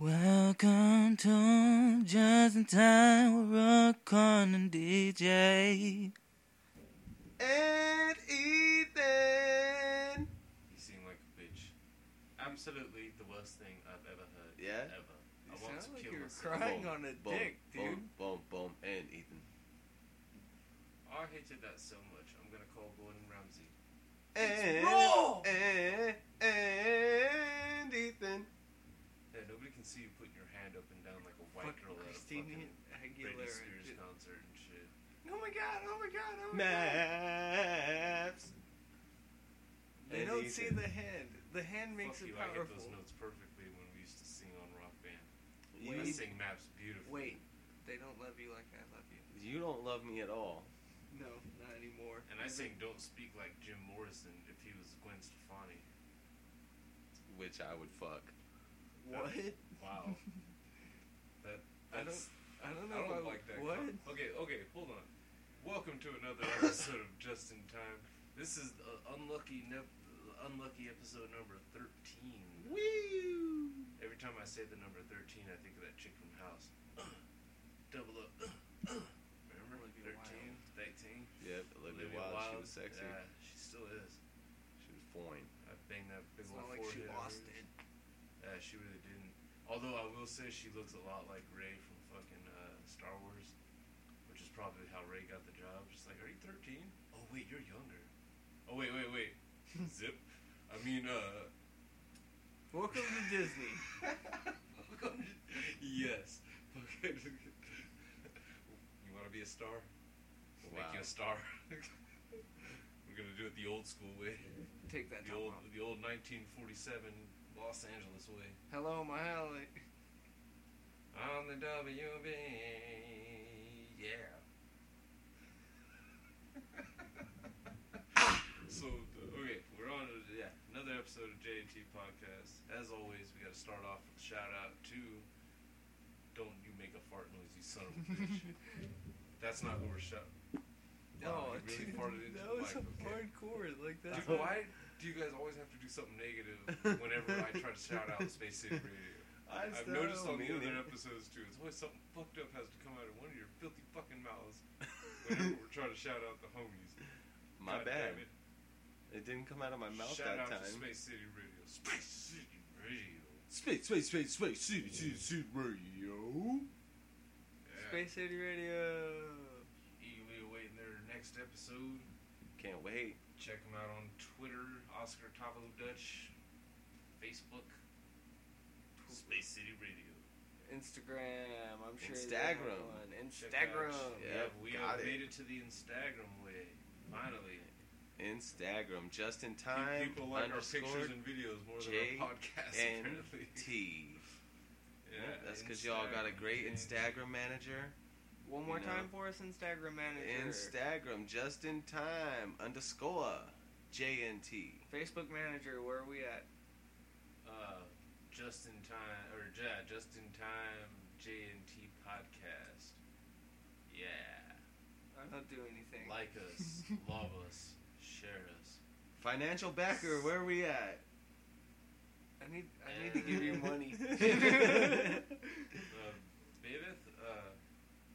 Welcome to Just in Time with Rock on and DJ. And Ethan. You seem like a bitch. Absolutely the worst thing I've ever heard. Yeah? Ever. You I sound want to like kill you're myself. crying. Hang on a boom, dick, boom, dude. Boom, boom, and Ethan. I hated that so much. I'm gonna call Gordon Ramsay. And, raw! And, and eh, Ethan. Yeah, nobody can see you putting your hand up and down like a white Fuck girl at a Christina fucking Britney Aguilera. Spears dude. concert and shit. Oh my god! Oh my god! Oh my god! Maps. They And don't see Ethan. the hand. The hand makes Fuck it you, I hit powerful. those notes perfectly when we used to sing on Rock Band. You, I Wait. sing maps beautifully. Wait, they don't love you like I love you. you don't love me at all. No, not anymore. And I sing Don't Speak Like Jim Morrison if he was Gwen Stefani. Which I would fuck. what? Wow. that, I that's, I don't I know. if don't I, like that. What? com- Okay, okay, hold on. Welcome to another episode of Just in Time. This is uh, unlucky, nep- unlucky episode number thirteen. Woo! Every time I say the number thirteen, I think of that chick from House. Double up. Remember Olivia thirteen, thirteen. Yep, Olivia Wilde, she was sexy. Yeah, she still is. She was fine. I banged that big It's old not like she forehead of lost hers. it. Yeah, Uh, she really didn't. Although I will say she looks a lot like Ray from fucking uh, Star Wars, which is probably how Ray got the job. Just like, are you 13? Oh wait, you're younger. Oh wait, wait, wait. Zip. I mean, uh. Welcome to Disney. yes. Okay. you want to be a star? We'll make Wow. you a star. We're gonna do it the old school way. Take that The time old, off. the old 1947 Los Angeles way. Hello, my alley. On the WB. Yeah. so, uh, okay, we're on uh, yeah, another episode of JT Podcast. As always, we got to start off with a shout out to. Don't you make a fart noise, you son of a bitch. That's not who we're shouting. Wow, oh, you really dude, farted into that the was mic, okay. hardcore. Like that's Dude, not- why do you guys always have to do something negative whenever I try to shout out Space City Radio? I I've still noticed don't on the mean it. other episodes too. It's always something fucked up has to come out of one of your filthy fucking mouths whenever we're trying to shout out the homies. My God bad. damn It it. didn't come out of my mouth shout that out to time. Space City Radio. Space City Radio. Space, space, space, space, city, city, city, radio. Yeah. Space City Radio. Eagerly awaiting their next episode. Can't wait. Check them out on Twitter, Oscar Tavo Dutch, Facebook, Space City Radio. Instagram. I'm sure. they have Instagram. one. Check out- Instagram. Yeah, Yep, we got have it. made it to the Instagram way. Finally. Instagram, just in time. People like our underscore pictures and videos more J than our podcasts, N apparently. T. Yeah, That's because y'all got a great Instagram manager. One more You know. time for us, Instagram manager. Instagram, just in time underscore J N T. Facebook manager. Where are we at? Uh, just in time, or yeah, just in time JNT podcast. Yeah, I don't do anything. like us, love us, share us. Financial backer, where are we at? I need. I need to give you money. Uh, Babeth, uh,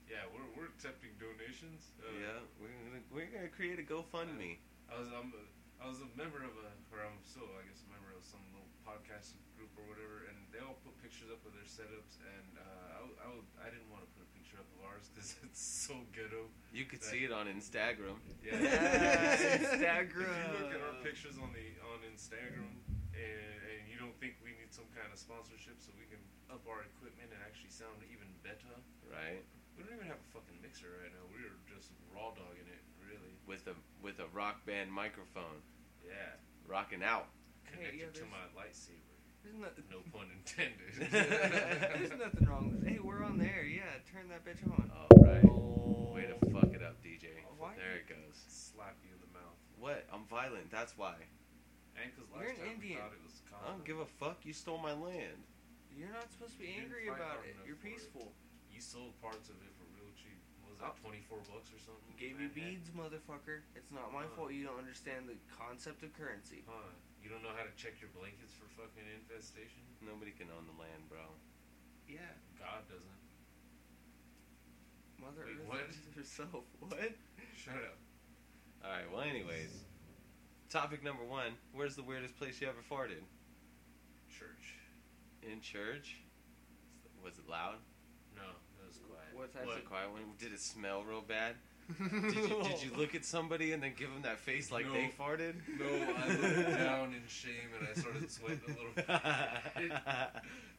yeah, we're we're accepting donations. Uh, yeah, we're gonna we're gonna create a GoFundMe. I was I'm, a- I was a member of a, or I'm still I guess a member of some little podcast group or whatever, and they all put pictures up of their setups, and uh, I, w- I, w- I didn't want to put a picture up of ours because it's so ghetto. You could see it on Instagram. Yeah. Yes, If you look at our Instagram. pictures on the on Instagram, and, and you don't think we need some kind of sponsorship so we can up our equipment and actually sound even better, Right we don't even have a fucking mixer right now. We are just raw dogging it, really. with a with a rock band microphone, Yeah, rocking out. Hey, yeah, connected to there's- my lightsaber. There's, No no- pun intended. there's nothing wrong with it. Hey, we're on there. Yeah, turn that bitch on. All right, way to fuck it up, DJ. Why- There it goes. Slap you in the mouth. What? I'm violent. That's why. And 'cause You're last an time we Indian. thought it was common. I don't give a fuck. You stole my land. You're not supposed to be You didn't angry fight about hard it. enough You're for it. peaceful. You sold parts of it for real cheap. What was Oh. that twenty four bucks or something? You gave me Manhattan. beads, motherfucker. It's not my Huh. fault you don't understand the concept of currency. Huh? You don't know how to check your blankets for fucking infestation? Nobody can own the land, bro. Yeah, God doesn't. Mother Wait, Earth what? is herself. What? Shut up. All right. Well, anyways, topic number one: Where's the weirdest place you ever farted? Church. In church. Was it loud? No, it was quiet. What types Was What? it quiet? When- Did it smell real bad? Did you, did you look at somebody and then give them that face like No. they farted? No, I looked down in shame and I started sweating a little bit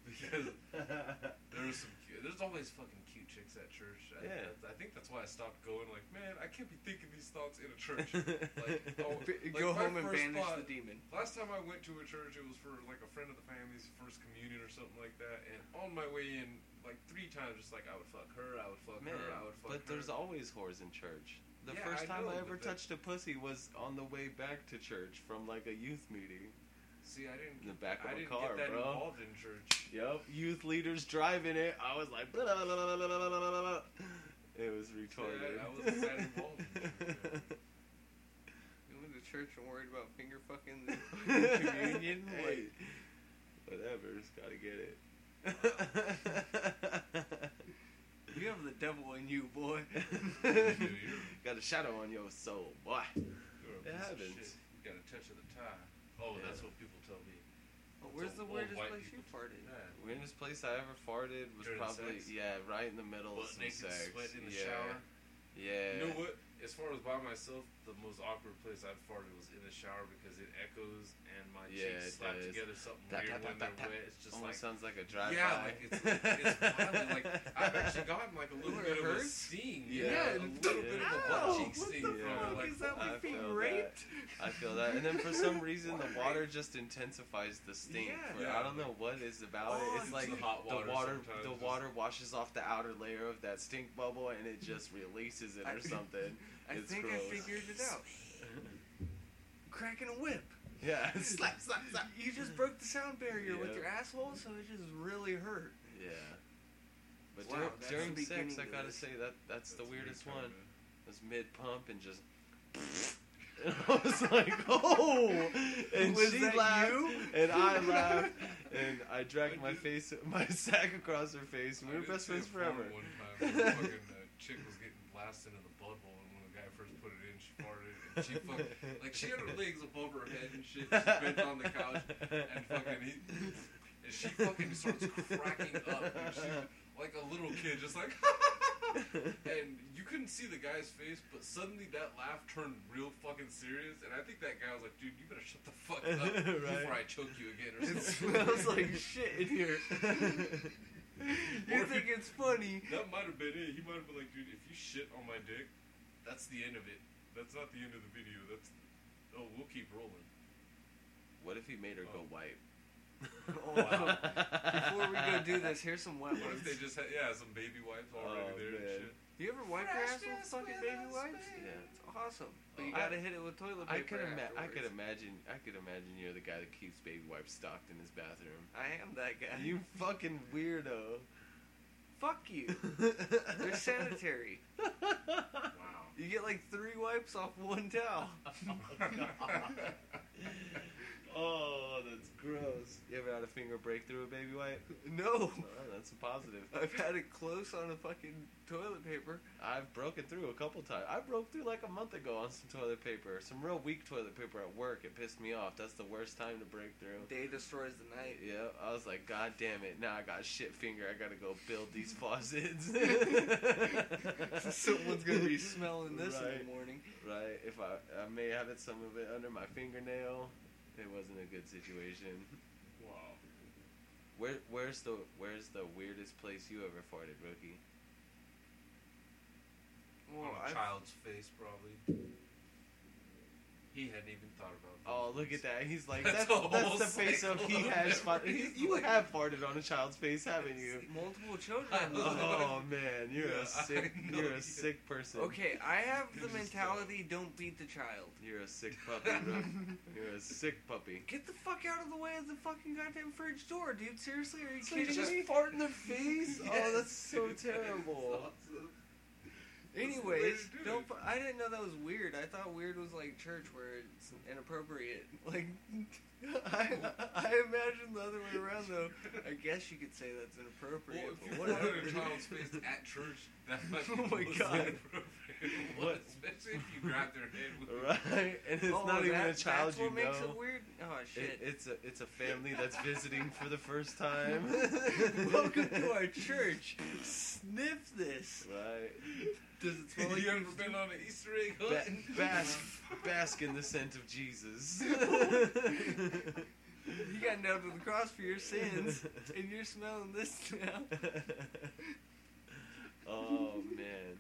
because there was some. Cute, there's always fucking cute chicks at church. I, Yeah. I, think that's why I stopped going. Like, man, I can't be thinking these thoughts in a church. Like, oh, B- like, Go my home and first banish thought- the demon. Last time I went to a church, it was for like a friend of the family's first communion or something like that. And on my way in, like three times, just like I would fuck her, I would fuck Man, her, I would fuck but her. there's always whores in church. The Yeah, first I time know, I but ever that- touched a pussy was on the way back to church from like a youth meeting. See, I didn't. in the back of I a didn't car, get that bro. involved in church. Yep, youth leaders driving it. I was like, "Blah, blah, blah, blah, blah, blah, blah, blah, blah." it was retarded. I wasn't that involved in You went to church and worried about finger fucking the fucking communion. Hey, Like, whatever, just gotta get it. you have the devil in you, boy. Got a shadow on your soul, boy. You're a It piece of happens. shit. You got a touch of the tie. Oh, Yeah. that's what people tell me. Oh, where's the Old weirdest white place you people. farted? Yeah. Weirdest place I ever farted was During probably sex? yeah, right in the middle of Butt some naked, sex. sweat in the yeah. shower. Yeah. You know what? As far as by myself, the most awkward place I've farted was in the shower because it echoes and my Yeah, it cheeks slap does. together something Tap, weird tap, when tap, they're tap, wet. tap. It's just Almost like sounds like a drive yeah, by. like it's like, it's violent. Like I've actually gotten like a little Where it bit of a hurts? sting. Yeah. Yeah, Yeah, a little bit of a butt Ow, cheek what sting. from the it, fuck like, is that I like being feel that. raped? I feel that. And then for some reason, the Why? water just intensifies the stink. Yeah. for- I don't know what is about Oh, it. It's it's like the hot water the water, sometimes the just- water washes off the outer layer of that stink bubble, and it just releases it or I- something. I It's think gross. I figured it out. Cracking a whip. Yeah, slap, slap, slap. You just broke the sound barrier with Yeah. your asshole, so it just really hurt. Yeah. But Wow, dur- that's during the sex, beginning I to gotta this. say that that's, the That's weird weirdest time, one. man. It was mid pump and just. And I was like, oh! And Was she that laughed, you? and I laughed, and I dragged I my did- face, my sack across her face, and we I were did best see a friends forever. porn One time, where a fucking uh, chick was getting blasted in the butthole, and when the guy first put it in, she farted, and she fucking like she had her legs above her head and shit. She bent on the couch and fucking he, and she fucking starts cracking up, and she, like a little kid, just like. and you couldn't see the guy's face, but suddenly that laugh turned real fucking serious, and I think that guy was like, "Dude, you better shut the fuck up Right. before I choke you again." Or It something. smells like shit in here. You Or- think it's funny? That might have been it. He might have been like, dude, if you shit on my dick, that's the end of it. That's not the end of the video. That's oh, we'll keep rolling. what if he made her go Oh. white? Oh, wow. Before we go do this, here's some wet What if ones. they just had yeah some baby wipes already Oh, there man. and shit? You ever wipe your ass with Freshness fucking with baby a wipes? spin. Yeah. It's awesome. But you Oh, I- gotta hit it with toilet paper. I could, ima- I afterwards. could imagine, I could imagine you're the guy that keeps baby wipes stocked in his bathroom. I am that guy. You fucking weirdo. Fuck you. They're sanitary. Wow. You get like three wipes off one towel. Oh, that's gross. You ever had a finger break through a baby wipe? No. Oh, that's a positive. I've had it close on a fucking toilet paper. I've broken through a couple times. I broke through like a month ago on some toilet paper, some real weak toilet paper at work. It pissed me off. That's the worst time to break through. Day destroys the night. Yeah, I was like, God damn it! Now I got shit finger. I gotta go build these faucets. Someone's gonna be smelling this in Right. the morning. right. If I, I may have it some of it under my fingernail. It wasn't a good situation. Wow. Where where's the where's the weirdest place you ever farted, rookie? Well, on a I've- child's face probably. He hadn't even thought about. those Oh, look at things. that! He's like That's that's, a that's, whole the face of cycle he of has farted. memories, You like- have farted on a child's face, haven't you? multiple children. I Oh man, you're Yeah, I a sick know you're you- a sick person. Okay, I have This the is mentality don't beat the child. You're a sick puppy, bro. You're a sick puppy. Get the fuck out of the way of the fucking goddamn fridge door, dude. Seriously, are you So you kidding just me? fart in the face? Oh, that's so Yes, dude. terrible. That's awesome. Anyways, Dude. don't. fu- I didn't know that was weird. I thought weird was like church where it's inappropriate. Like, I, I imagine the other way around though. I guess you could say that's inappropriate. Well, if you but put what out a happened- child's face at church, that might be Oh my most God. inappropriate. What? Especially if you grab their head with right? And it's Oh, not even that- a child That's you what makes know. it weird. Oh shit! It, it's a it's a family that's visiting for the first time. Welcome to our church. Sniff this. Right. Does it smell like? you ever been on an Easter egg hunt? Ba- bask, bask in the scent of Jesus. You got nailed to the cross for your sins, and you're smelling this now. oh man.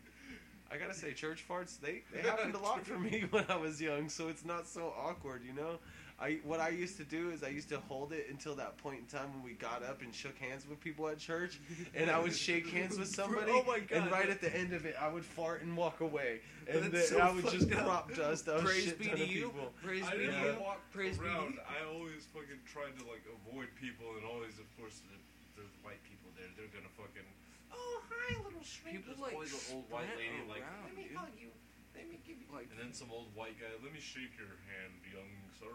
I gotta say, church farts they, they happened a lot for me when I was young, so it's not so awkward, you know. I what I used to do is I used to hold it until that point in time when we got up and shook hands with people at church, and I would shake hands with somebody, Oh my God. and right at the end of it, I would fart and walk away, and then That's so I would just fucked up. prop dust. I was Praise shit be ton to of you. people. Praise I be to didn't you. walk Praise be to around. you. I always fucking tried to like avoid people, and always, of course, the, there's white people there. They're gonna fucking. Oh hi, little shrink. People There's like always an old white spread lady like. around, Let me dude. hug you. Let me give you. Like- and then some old white guy. Let me shake your hand, young sir.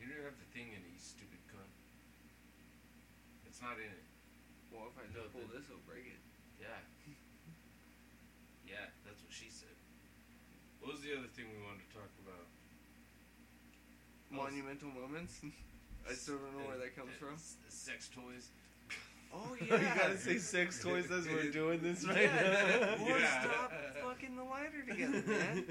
You don't have the thing in it, you stupid cunt. It's not in it. Well, if I No, just pull the- this, it'll break it. Yeah. Yeah, that's what she said. What was the other thing we wanted to talk about? Oh, s- Monumental moments. I still don't know where that comes from. S- Sex toys. Oh Oh, you gotta say sex toys as we're doing this right yeah, now. or Yeah. stop fucking the lighter together, man.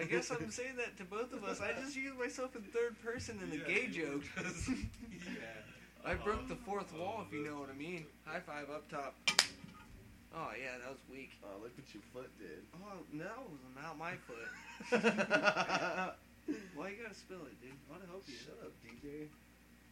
I guess I'm saying that to both of us. I just used myself in third person in the Yeah, gay you joke. just- yeah. I broke the fourth Oh, wall, if you that's- know what I mean. High five up top. Oh yeah, that was weak. Oh, look what your foot did. Oh no, that was not my foot. Why you gotta spill it, dude? I wanna help you. Shut up, DJ.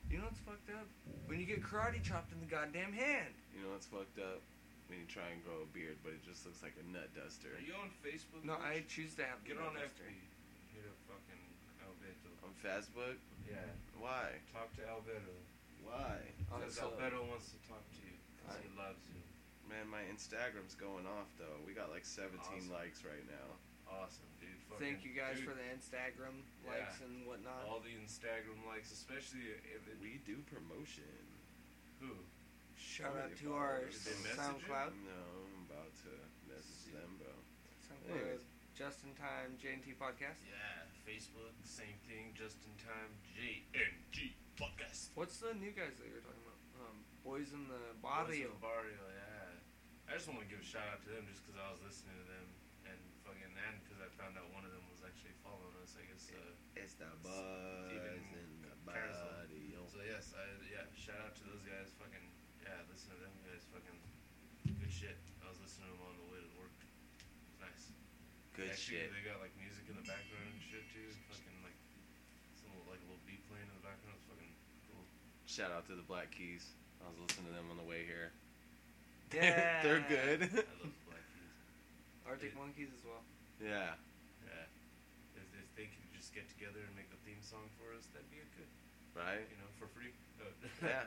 You know what's fucked up? When you get karate chopped in the goddamn hand. You know what's fucked up? When you try and grow a beard, but it just looks like a nut duster. Are you on Facebook? No, Mitch? I choose to have Get the on duster. after me. Hit up fucking Alberto. On Facebook? Yeah. Why? Talk to Alberto. Why? Oh, Because so- Alberto wants to talk to you. 'cause he loves you. Man, my Instagram's going off though. We got like 17 Awesome. likes right now. Awesome, dude. Fucking, Thank you guys dude, for the Instagram Yeah. likes and whatnot. all the Instagram likes, especially if it, We do promotion. who. Shout How out many to our followers? Did they message you? SoundCloud. No, I'm about to message them, bro. SoundCloud. Anyways. Just in time JNT podcast. Yeah, Facebook, same thing. Just in time, JNG podcast. What's the new guys that you're talking about? Um, Boys in the Boys Barrio. in the Barrio, yeah. I just want to give a shout out to them just because I was listening to them and fucking and because I found out one of them was actually following us. I guess. Uh, It's the It's buzz even in the comparison. body. so yes, I yeah. Shout out to those guys. Fucking yeah. Listen to them guys. Fucking good shit. I was listening to them on the way to work. It's nice. Good Actually, shit. They got like music in the background and shit too. Fucking like some little, like a little beat playing in the background. It's fucking cool. Shout out to the Black Keys. I was listening to them on the way here. Yeah. They're good. I love the Black Keys. Arctic Monkeys as well. Yeah. Yeah. If, if they could just get together and make a theme song for us, that'd be a good, Right? you know, for free. Uh, Yeah.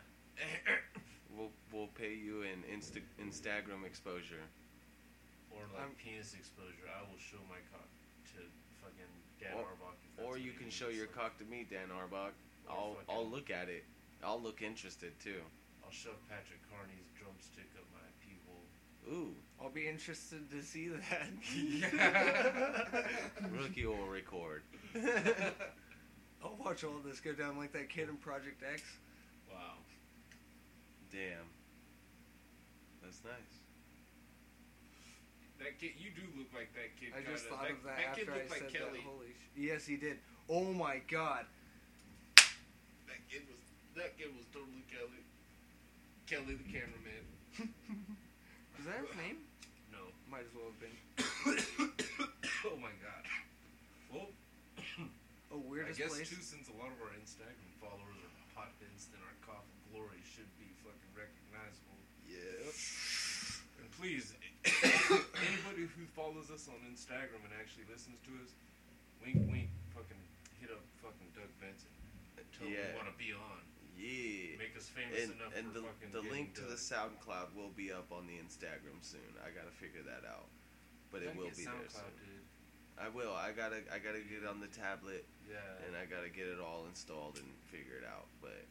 We'll we'll pay you in Insta- Instagram exposure. or like I'm- penis exposure. I will show my cock to fucking Dan Or- Arbok. if that's Or what you he can needs. show your cock to me, Dan Arbach. Or I'll fucking- I'll look at it. I'll look interested too. I'll shove Patrick Carney's drumstick up my pee hole. Ooh, I'll be interested to see that. rookie will record. I'll watch all this go down like that kid in Project X. Wow. Damn, that's nice. That kid, you do look like that kid. I just kinda. thought of that, kid after I looked like said Kelly. that. Holy sh- Yes, he did. Oh my god. That kid was that kid was totally Kelly. Kelly the cameraman. Is that his name? No. Might as well have been. oh my god. Well, Oh, weirdest I guess place. too, since a lot of our Instagram followers are potheads, then our cough of glory should be fucking recognizable. Yeah. And please, anybody who follows us on Instagram and actually listens to us, wink, wink, fucking hit up fucking Doug Benson. Tell him Yeah. we want to be on. Yeah. Make us is famous And, enough and for the, fucking the getting link to the done. SoundCloud will be up on the Instagram soon. I gotta figure that out, but it Gotta will get be there. SoundCloud, Soon. I will. I gotta. I gotta get it on the tablet, dude. Yeah. and I gotta get it all installed and figure it out. But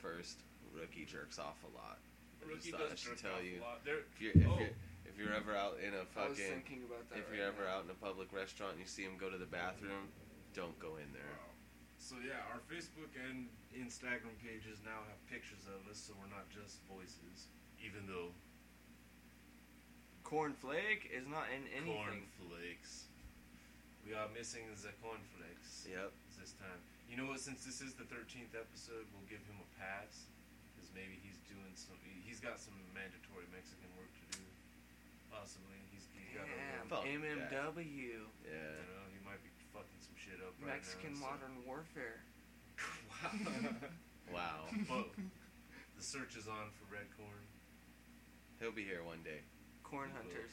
first, rookie jerks off a lot. I just Rookie thought I does should jerk tell off you. a lot. They're, If you're if, Oh. you're if you're ever out in a I was fucking thinking about that. if right you're ever now. out in a public restaurant and you see them go to the bathroom, don't go in there. Wow. So yeah, our Facebook and Instagram pages now have pictures of us, so we're not just voices. Even though cornflake is not in anything. cornflakes, we are missing the cornflakes Yep. this time. You know what? Since this is the thirteenth episode, we'll give him a pass because maybe he's doing some. He's got some mandatory Mexican work to do. Possibly, he's, he's got Damn, a. Fuck I MMW, Yeah. don't know. He might be fucking some shit up right Mexican now. Modern Warfare. Mexican Wow. Wow. Whoa. The search is on for red corn. He'll be here one day. Corn Ooh. Hunters.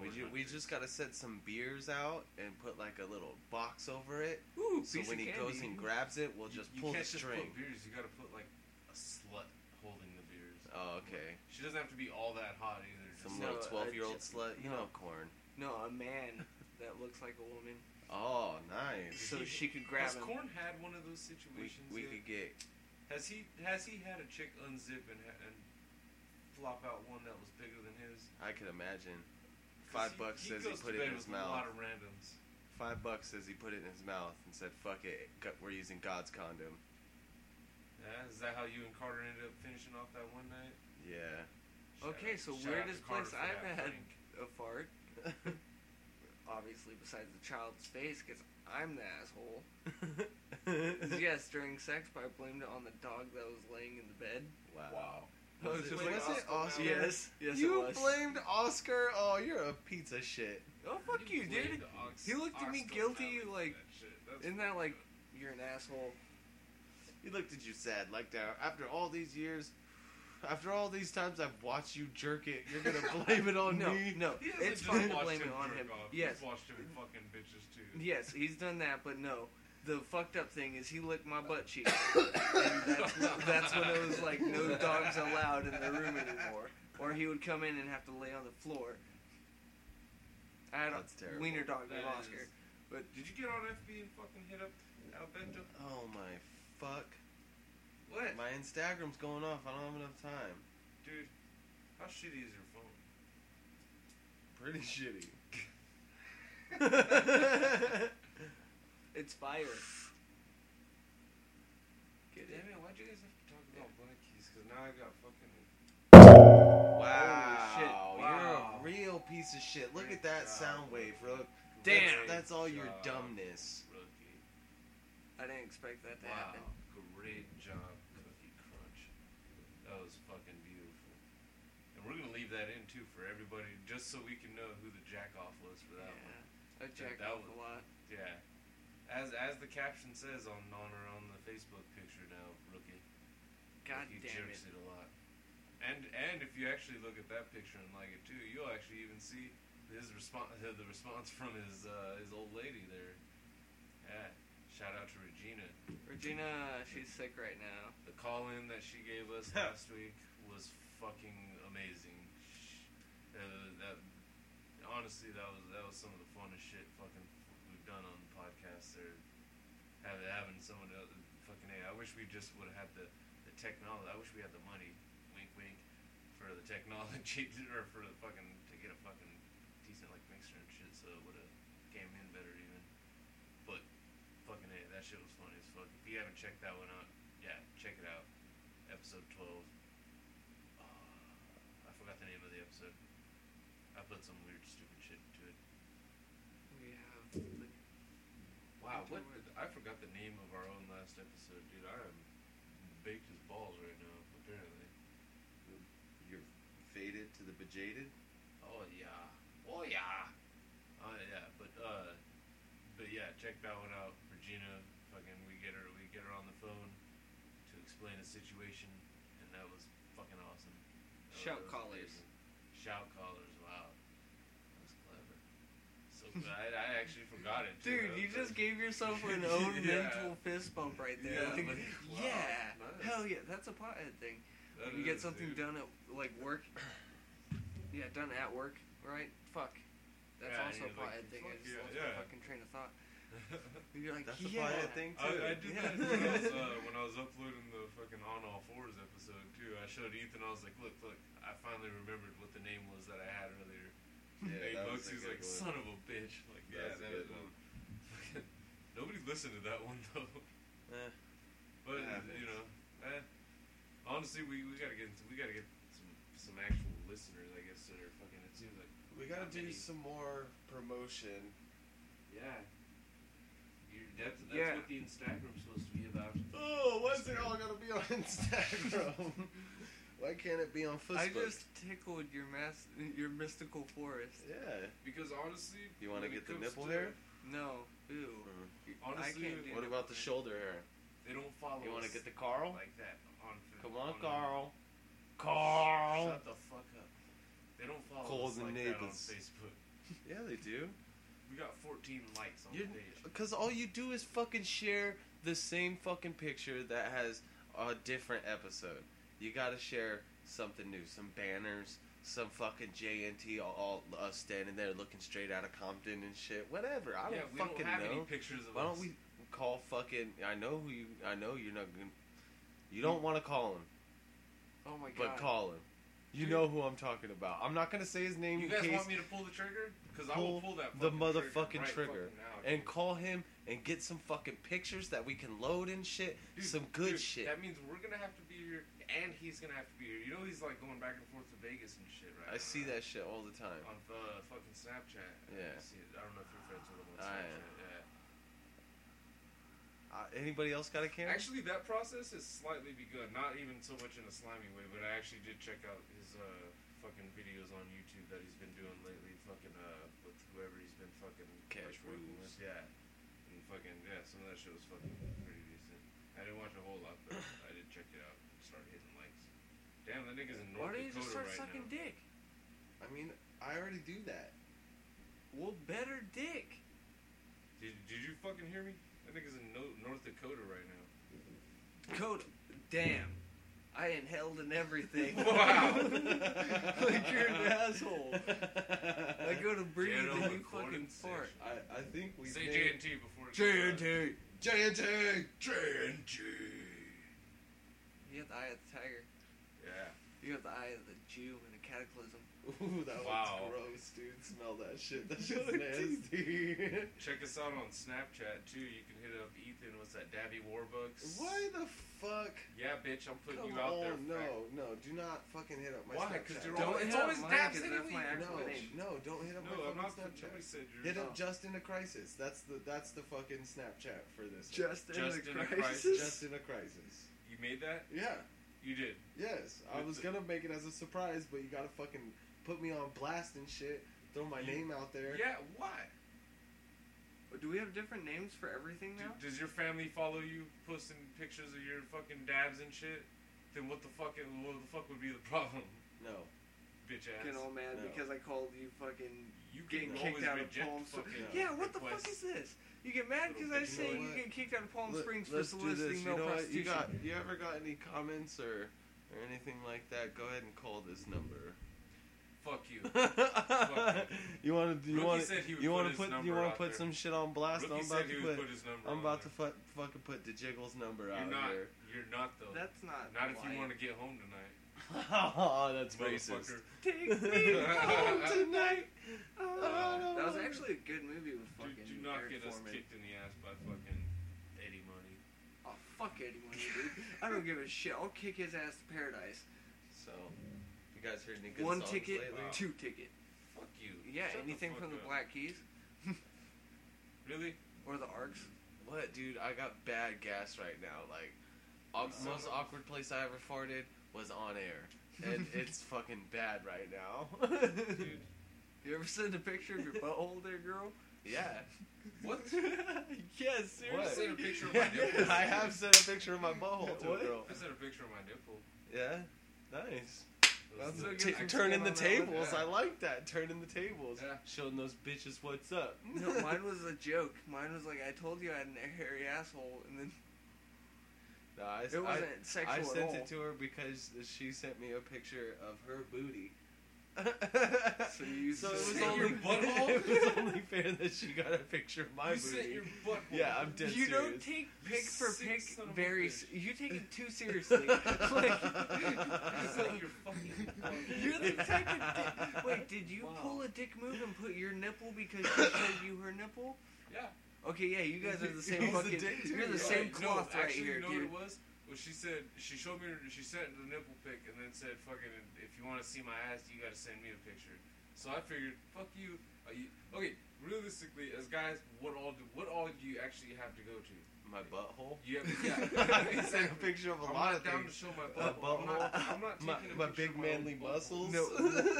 We, Corn ju- we hunters. just gotta set some beers out and put like a little box over it. Ooh, So when he goes and grabs it, we'll just you, pull you the can't Just string. put beers. You gotta put like a slut holding the beers. Oh, okay. She doesn't have to be all that hot either. Just Some No, little I twelve-year-old just- slut. You uh, no. know, corn. No, a man that looks like a woman, Oh, nice. so he- she could grab has him. Corn had one of those We, situations. we yet? could get Has he has he had a chick unzip and ha- and flop out one that was bigger than his? 'Cause I could imagine. Five he, bucks he says he goes to put it bed in with his A mouth. lot of randoms. Five bucks says he put it in his mouth and said, "Fuck it, go- we're using God's condom." Yeah, is that how you and Carter ended up finishing off that one night? Yeah. Shout Okay, out- so shout out weirdest to Carter place for I've that had. prank. A fart, obviously, besides the child's face, because I'm the asshole. yes, during sex, but I blamed it on the dog that was laying in the bed. Wow. I Was was it- just wait, like, was it "Oh, Oscar? Yes, yes, you it was. blamed Oscar. Oh, you're a piece of shit. oh, fuck you, dude. blamed Ox- He looked at me Oxford guilty, Valley for like, that shit. That's Isn't that fucked like up. you're an asshole? He looked at you sad, like that. After all these years, after all these times I've watched you jerk it, you're gonna blame it on no, me. no, He hasn't it's just fine to watched blame it on jerk him. off, Yes, He's watched him fucking bitches too. yes, he's done that, but no. The fucked up thing is he licked my butt cheek. and that's, that's when it was like no dogs allowed in the room anymore, or he would come in and have to lay on the floor. I had That's a terrible. wiener dog named That is- Oscar. But did you get on FB and fucking hit up Alberto? Oh my fuck! What? My Instagram's going off. I don't have enough time. Dude, how shitty is your phone? Pretty shitty. It's fire. Get it? Damn it, why'd you guys have to talk about black keys? Because now I got fucking. Wow. Holy shit. Wow. You're a real piece of shit. Look Great at that job. sound wave, Rook. Damn. That's, that's all your Great job, dumbness. Rookie. I didn't expect that to Wow. happen. Great job, Cookie Crunch. That was fucking beautiful. And we're going to leave that in too for everybody, just so we can know who the jack off was for that one. Yeah, I jacked that off was- a lot. Yeah. As as the caption says on on her on the Facebook picture now, rookie. God he damn it. jerks it. a lot. And and if you actually look at that picture and like it too, you'll actually even see his response the response from his uh, his old lady there. Yeah. Shout out to Regina. Regina, she's sick right now. The call in that she gave us last week was fucking amazing. Sh- Uh, that honestly, that was that was some of the funnest shit fucking we've done on the podcast. There, having having someone else, fucking hey, I wish we just would have had the the technology. I wish we had the money. Wink, wink. For the technology, to- or for the fucking to get a fucking decent like mixer and shit, so it would have came in better even. But fucking hey, that shit was funny as fuck. If you haven't checked that one out, yeah, check it out. Episode 12. Uh, I forgot the name of the episode. I put some weird, stupid shit to it. We have the Wow, what? I forgot the name of our own last episode, dude. I am baked as balls right now, apparently. You're faded to the bejaded. Oh, yeah. Oh, yeah. Oh, yeah, but, uh, but yeah, check that one out. Regina, fucking, we get her, we get her on the phone to explain the situation, and that was fucking awesome. That was- Shout that was collars. amazing. Shout collars, wow. That was clever. So I, I actually forgot it. too, Dude, though, you but- just gave yourself an own Yeah. mental fist bump right there. Yeah, Like, like, wow, yeah, nice. hell yeah, that's a pothead thing. That you get is, something dude. done at like work. Yeah, done at work, right? Fuck, that's Yeah, and also a you're like, pothead thing. I fuck just yeah, lost yeah. my fucking train of thought. You're like, That's a yeah, pothead thing I, too. I did Yeah. that when I, was, uh, when I was uploading the fucking On All Fours episode too. I showed Ethan. I was like, "Look, look! I finally remembered what the name was that I had earlier." Yeah, hey, that was a Bugs, he's good like, one. "Son of a bitch!" Like, That was a yeah, that good is one. Nobody listened to that one though. Eh. but It happens. you know, eh. honestly, we, we gotta get into, we gotta get some some actual listeners, I guess, that are fucking. It seems like We gotta Not do many. some more promotion. yeah. You're, that's that's Yeah. what the Instagram's supposed to be about. Oh, why is it all gonna be on Instagram? why can't it be on Facebook? I just tickled your mas- your mystical forest. yeah. Because honestly, You wanna when it get the comes nipple to- hair? No, ew. Honestly, I can't do What that. about the shoulder hair? They don't follow You want wanna get the Carl? like that on fa- Come on, a- Carl. Carl. Shut the fuck up. They don't follow Calls us and like that on neighbors. Facebook. Yeah, they do. We got 14 likes on You, the page. because all you do is fucking share the same fucking picture that has a different episode. You gotta share something new, some banners, some fucking JNT, all, all us standing there looking straight out of Compton and shit. Whatever. I don't yeah, we fucking don't have know. any pictures of Why us. don't we call fucking? I know who you. I know you're not gonna. You don't want to call him, Oh my god. but call him. You Dude. know who I'm talking about. I'm not gonna say his name You in guys case. want me to pull the trigger? Because I will Pull pull that the fucking motherfucking trigger. Right fucking now, dude. and call him and get some fucking pictures that we can load and shit. Dude, some good dude, shit. That means we're gonna have to be here, and he's gonna have to be here. You know he's like going back and forth to Vegas and shit, right? I see that shit all the time. on uh, fucking Snapchat. Yeah. I, see it. I don't know if you're friends with him Oh, I on am. Snapchat. yeah. Uh, anybody else got a camera? Actually, that process has slightly begun. Not even so much in a slimy way, but I actually did check out his uh, fucking videos on YouTube that he's been doing lately. Fucking uh, with whoever he's been fucking Cash like, working rules. with. Yeah, and fucking yeah, some of that shit was fucking pretty decent. I didn't watch a whole lot, but I did check it out. and Start hitting likes. Damn, that nigga's in Why North don't you Dakota just start right sucking now. dick? I mean, I already do that. Well, better dick. Did, did you fucking hear me? That nigga's in no- North Dakota right now. Coda, damn. I inhaled in everything. Wow. like you're an asshole. I go to breathe General and you fucking recording fart. session. I, I think we Say J named- and T before it goes out. JNT. JNT. JNT. You got the eye of the tiger. Yeah. You got the eye of the Jew in a cataclysm. Ooh, that Wow. one's gross, dude. Smell that shit. That shit's nasty. Check us out on Snapchat too. You can hit up Ethan. What's that? Dabby Warbucks. Why the fuck? Yeah, bitch. I'm putting Come you out there. on, no, no, do not fucking hit up my Why? Snapchat. Because you're Don't always, hit it's up always mine, Dabs 'cause in that's my it. act- no, name. no, don't hit up my No, fucking I'm not. Snapchat. Somebody said you're. Hit up Oh. just in a crisis. That's the that's the fucking Snapchat for this. one. Just, Just in in a a crisis. crisis. Just in a crisis. You made that? Yeah. You did. Yes, I With was the- gonna make it as a surprise, but you gotta fucking put me on blast and shit. Throw my You- name out there. Yeah. Why? Do we have different names for everything Do- now? does your family follow you posting pictures of your fucking dabs and shit? Then what the fuck? What the fuck would be the problem, No. bitch ass? Fucking all mad No. because I called you fucking You getting can always kicked out of reject Palm Springs. fucking. Yeah, what the fuck requests. is this? You get mad because I You say know you what? get kicked out of Palm Let- Springs for let's do this. soliciting You male know what? You prostitution. got? You ever got any comments or or anything like that? Go ahead and call this number. Fuck you. you want to? You Rookie want said to? he would You put want to his put? You number want to out put there. some shit on blast? Rookie I'm said about he to would put. put his number. I'm on about to there. fu- fucking put the jiggles number out You're not. here. You're not though. That's not. Not if you polite. want to get home tonight, oh, that's racist. motherfucker. Take me home tonight. Uh, that was actually a good movie with Do, fucking do not Eric get us Foreman. kicked in the ass by fucking Eddie Money. Oh fuck anyone, dude. I don't give a shit. I'll kick his ass to paradise. So, you guys heard any good One songs ticket, lately? Wow. two ticket. Fuck you. Yeah, Shut anything fuck from the up. Black Keys Really? or the Arcs. What, dude? I got bad gas right now. Like, au- Yeah. most awkward place I ever farted was on air, and it's fucking bad right now. Dude, You ever send a picture of your butthole there, girl? yeah. what? yes, What? seriously. sent a picture of my nipple. I have sent a picture of my butthole to a What? girl. I sent a picture of my nipple. Yeah. Nice. That's what T- gets me turning the going on that one. tables. I like that. Turning the tables. Yeah. Showing those bitches what's up. No, mine was a joke. Mine was like, I told you I had an hairy asshole, and then Nah, I, it wasn't sexual I at sent all. it to her because she sent me a picture of her booty. So you So it just was sent only your butthole? it was only fair that she got a picture of my you booty. sent your butt. yeah, I'm dead you serious. don't take You pick for sick pick son of a bitch. very. s- You take it too seriously. like, It's like your fucking. butt. you're the type of. Yeah. Di- Wait, did you Wow. pull a dick move and put your nipple because she showed you her nipple? Yeah. Okay, yeah, you guys are the same He's the fucking. dick, too, you're the right? same No, cloth right actually, here, You know dude. what it was? Well, she said she showed me. Her, she sent the nipple pic and then said, "Fucking, if you want to see my ass, you got to send me a picture." So I figured, "Fuck you." Are you okay? Realistically, as guys, what all do what all do you actually have to go to? my butthole. You have I sent a yeah. exactly. picture of a I'm lot not of down to things. show my A butt. I'm not, I'm not butthole, taking my, my a picture of big own manly butthole. muscles. No,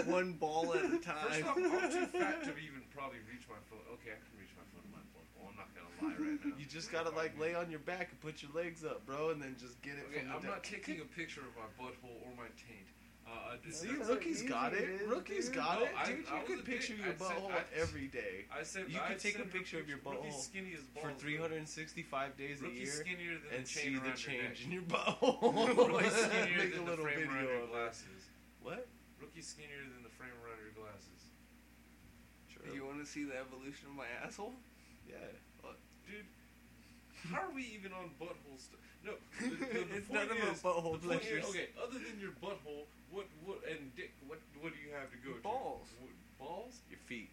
one ball at a time. First off, I'm too fat to even probably reach my phone. Okay, I can reach my phone to my butthole. I'm not gonna lie right now. You just gotta like lay on your back and put your legs up, bro, and then just get it Okay, from the I'm deck. not taking a picture of my butthole or my taint. Uh, I did- See, that's- Rookie's easy got it it. is, Rookie's dude. got No, it. I- Dude, I you was could a dick. picture your I said- butthole I- every day. I said You I could take sent a her picture of your pictures. Rookie's butthole skinny as balls, For bro. 365 days a Rookie's year, skinnier than and the chain see the around your neck. change in your butthole. Rookie's skinnier Make a than little the frame around video of it. your glasses. What? Rookie's skinnier than the frame around your glasses. True. You want to see the evolution of my asshole? Yeah. Dude, how are we even on butthole stuff? No, the, the, the it's point none of our is- butthole the point is- pleasures. okay, other than your butthole, what what and dick, what what do you have to go to? Balls. What- balls? Your feet.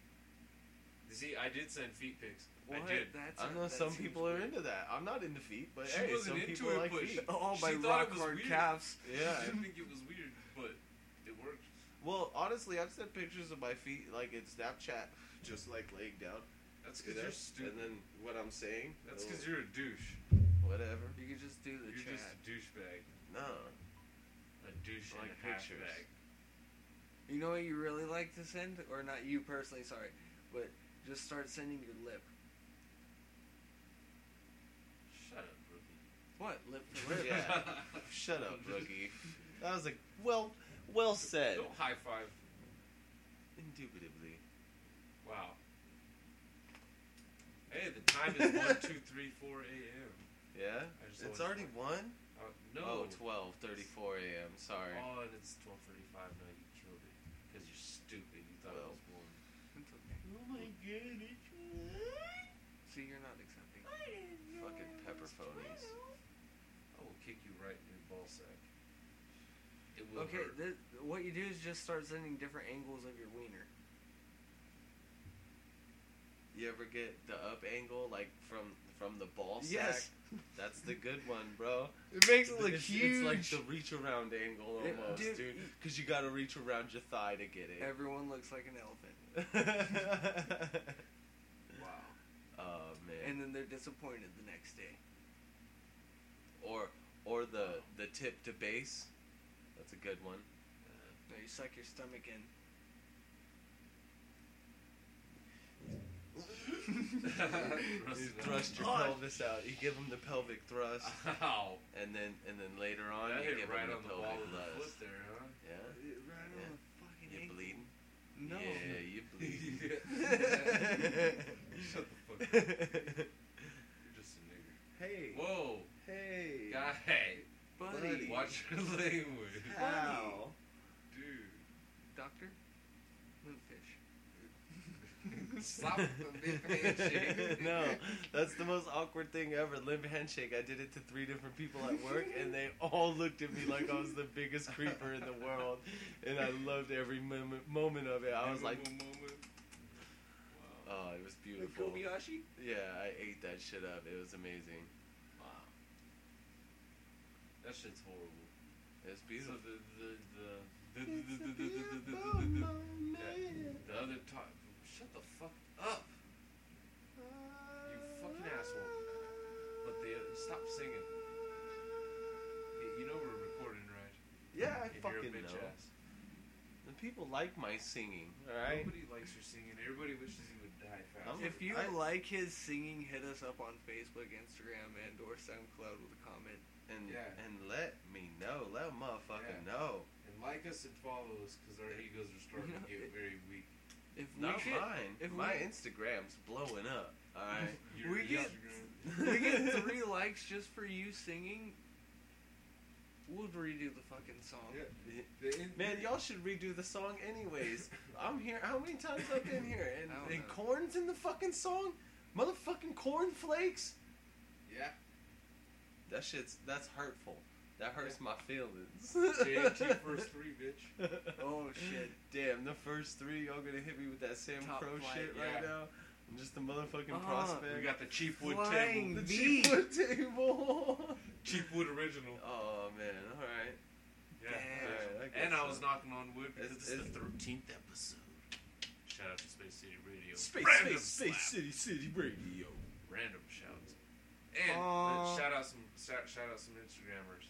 You See, I did send feet pics. What? I did. That's I know that some seems people are weird. into that. I'm not into feet, but She hey, wasn't some into people it, like but feet. Oh, She my thought it rock was hard weird. calves. Yeah. I didn't think it was weird, but it worked. Well, honestly, I've sent pictures of my feet like in Snapchat, just like laying down. That's because Yeah. you're stupid. And then what I'm saying. oh, That's because you're a douche. whatever. You could just do the You're chat. just a douchebag. No. A douche I and like a half pictures. bag. You know what you really like to send, or not you personally, sorry, but just start sending your lip. Shut up, rookie. What lip to lip? Yeah. Shut up, rookie. That was like well, well said. Don't high five. Indubitably. Wow. Hey, the time is one, two, three, four a.m. Yeah. I just It's always- already one. Uh, no. Oh, 12:34 a.m. Sorry. Oh, and it's twelve thirty-five. No, you killed it because you're stupid. You thought Well. it was one. It's okay. Oh my god! See, you're not accepting. Fucking pepper phonies. I will kick you right in your ball sack. It will Okay, hurt. th- what you do is just start sending different angles of your wiener. You ever get the up angle like from from the ball sack? Yes. That's the good one, bro. It makes it's, it's like the reach around angle Yeah, almost, dude. dude. Because you gotta reach around your thigh to get it. Everyone looks like an elephant, Wow. oh man. and then they're disappointed the next day. or or the the tip to base. That's a good one. No, you suck your stomach in. You Thrusting out. thrust your Oh. pelvis out. You give them the pelvic thrust, Ow. and then and then later on That you hit give right them on the the ball pelvic of the foot thrust. there, huh? Yeah, Right on fucking you bleeding. No. Yeah, you bleeding. Shut the fuck up. You're just a nigger. hey, Whoa. hey, Guy. Buddy. Buddy. Watch your language. Ow. Dude. Doctor? Moonfish. Stop the big handshake. no, that's the most awkward thing ever. Limp handshake. I did it to three different people at work, and they all looked at me like I was the biggest creeper in the world. And I loved every moment, moment of it. I was like, Memorable moment. Wow. oh, it was beautiful. Kobayashi? Yeah, I ate that shit up. It was amazing. Wow. That shit's horrible. It was So beautiful. the the the the the the the the the the the other time. Shut the fuck up, you fucking asshole. But the other, stop singing. You, you know we're recording, right? Yeah, I And fucking you're a bitch know. ass. The people like my singing, alright? Nobody likes your singing. Everybody wishes you would die fast. I'm- If you I- like his singing, hit us up on Facebook, Instagram, and or SoundCloud with a comment. And Yeah. and let me know. Let a motherfucker Yeah. know. and like like us and follow us because our egos are starting to get very weak. If we Not could, mine. if we- My Instagram's blowing up. All right. Your We get- Instagram- we get three likes just for you singing, we'll redo the fucking song. Yeah. The in- Man, y'all should redo the song anyways. I'm here. How many times I've been here? And, I don't and know. corn's in the fucking song. Motherfucking cornflakes. Yeah. That shit's that's hurtful. That hurts my feelings. JFT first three, bitch. Oh shit. Damn, the first three y'all gonna hit me with that Sam Top Crow flight, shit yeah. right now. I'm just a motherfucking Uh-huh. prospect. We got the Cheapwood table. Flying the beat. cheapwood table. Cheapwood original. oh man, all right. Yeah. Damn. Alright, I and guess I was so. knocking on wood because It's- it's, it's- the thirteenth episode. Shout out to Space City Radio. Space, Random space, space, slap. city, city radio. Random shouts. And Aw. uh, shout out some shout, shout out some Instagrammers,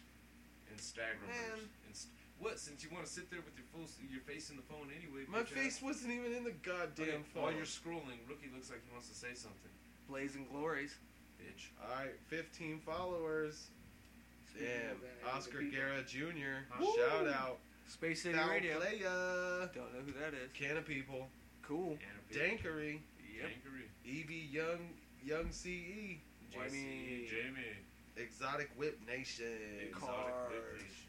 Instagrammers. Man. Inst- what? Since you want to sit there with your full s- your face in the phone anyway. My bitch face ass. wasn't even in the goddamn Okay, phone. While you're scrolling, Rookie looks like he wants to say something. Blazing Glories. Bitch. All right, 15 followers. Speaking Damn, of that, Oscar people- Guerra Jr. Woo! Shout out. Space City Foul Radio. Playa. Don't know who that is. Can of people. Oh, Cool. And a bitch. Dankery. Yep. Dankery. Evie Young. Young E. CE. E. Jamie. YC, Jamie. Exotic Whip Nation. Exotic Cars. Vacation.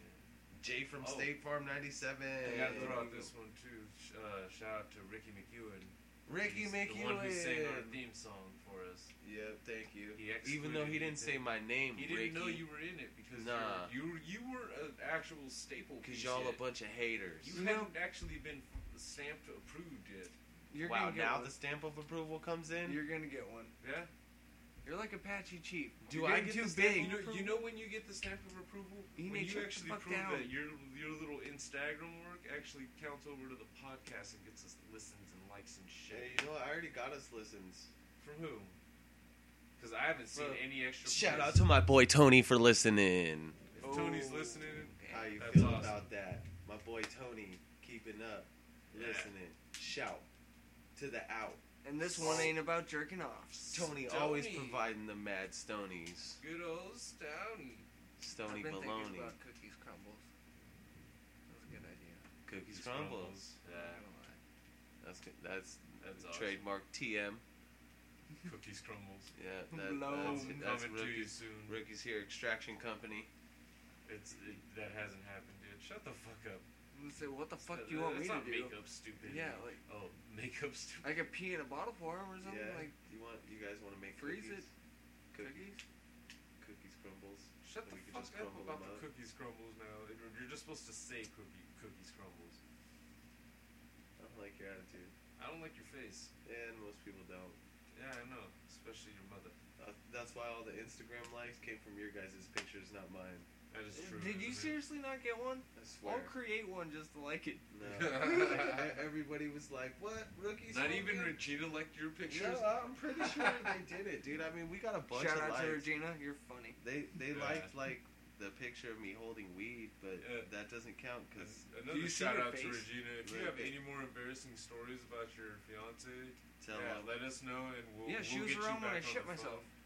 Jay from Oh. State Farm 97. I gotta throw out this one too. Sh- Uh, shout out to Ricky McEwen. Ricky He's McEwen. The one who sang our theme song for us. Yep, thank you. He Even though he excluded didn't me. say my name, He didn't Ricky, know you were in it because Nah. you, were, you were- you were an actual staple. because piece y'all yet. a bunch of haters. You No. hadn't actually been f- stamped approved yet. You're wow, gonna get now one. the stamp of approval comes in. You're gonna get one. Yeah. You're like Apache Chief. Do You're I getting get too the stamp? big? You know, you know when you get the stamp of approval, You when need to you shut the actually fuck prove down. that your your little Instagram work actually counts over to the podcast and gets us listens and likes and shit. Hey, you know what? I already got us listens. From who? Because I haven't seen Well, any extra. Shout out plays. to my boy Tony for listening. If Tony's Oh. listening. How you That's feel awesome. about that? My boy Tony keeping up, Yeah. listening, shout to the out. And this one ain't about jerking off. Tony, always Stoney. providing the mad stonies. Good old Stone. Stony I've been baloney. thinking about cookies crumbles. That's a good idea. Cookies crumbles. I'm not gonna lie. That's good. that's That's uh, awesome. trademark TM. Cookies crumbles. Yeah, that, Oh. that's, Blown. that's Coming to you rookies. soon. Rookies here, extraction company. It's it, that hasn't happened, dude. Shut the fuck up. I'm gonna say, what the fuck That- do you want me that's to not do? Makeup stupid. Yeah, like- oh, makeup stupid. I could pee in a bottle for him or something. Like you want you guys want to make freeze cookies? Cookies, cookies. cookies crumbles. Shut And we the could fuck just up crumble about them the up. cookies crumbles now. It- You're just supposed to say cookie cookies crumbles. I don't like your attitude, I don't like your face. and most people don't. Yeah, I know, especially your mother. Uh, that's why all the Instagram likes came from your guys' pictures, not mine. That is true. Did isn't you it? seriously not get one? I swear. I'll create one just to like it. No. Everybody was like, "What rookies?" Not don't even get-" Regina liked your pictures. No, I'm pretty sure they did it, dude. I mean, we got a bunch Shout of out likes. to Regina, you're funny. They they Yeah. liked like the picture of me holding weed, but Yeah. that doesn't count because Another Do you see shout her out to face? Regina. If you Right. have any more embarrassing stories about your fiance, tell yeah, them. let us know and we'll. we'll yeah, she was get you around when back I on shit the myself. phone.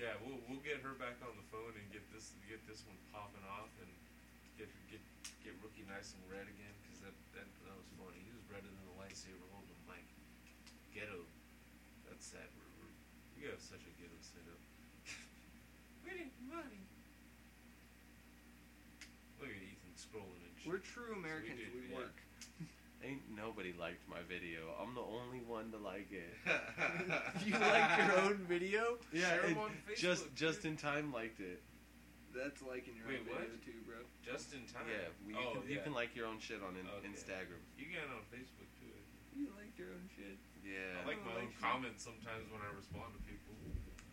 Yeah, we'll we'll get her back on the phone and get this get this one popping off and get get get rookie nice and red again because that, that that was funny. He was redder than the lightsaber holding the mic. Ghetto. That's sad. We're, we're, you have such a ghetto setup. we need money. Look at Ethan scrolling and shit. We're true Americans, did, we, yeah. work. Ain't nobody liked my video. I'm the only one to like it. you like your own video? Share Yeah, 'em and on Facebook, just dude. just in time liked it. That's liking your Wait, own what? video too, bro. Just in time. Yeah, we, you, oh, can, yeah. you can like your own shit on in, Okay. Instagram. You get it on Facebook too. You like your own shit. Yeah. I like my Oh, own actually. comments sometimes when I respond to people.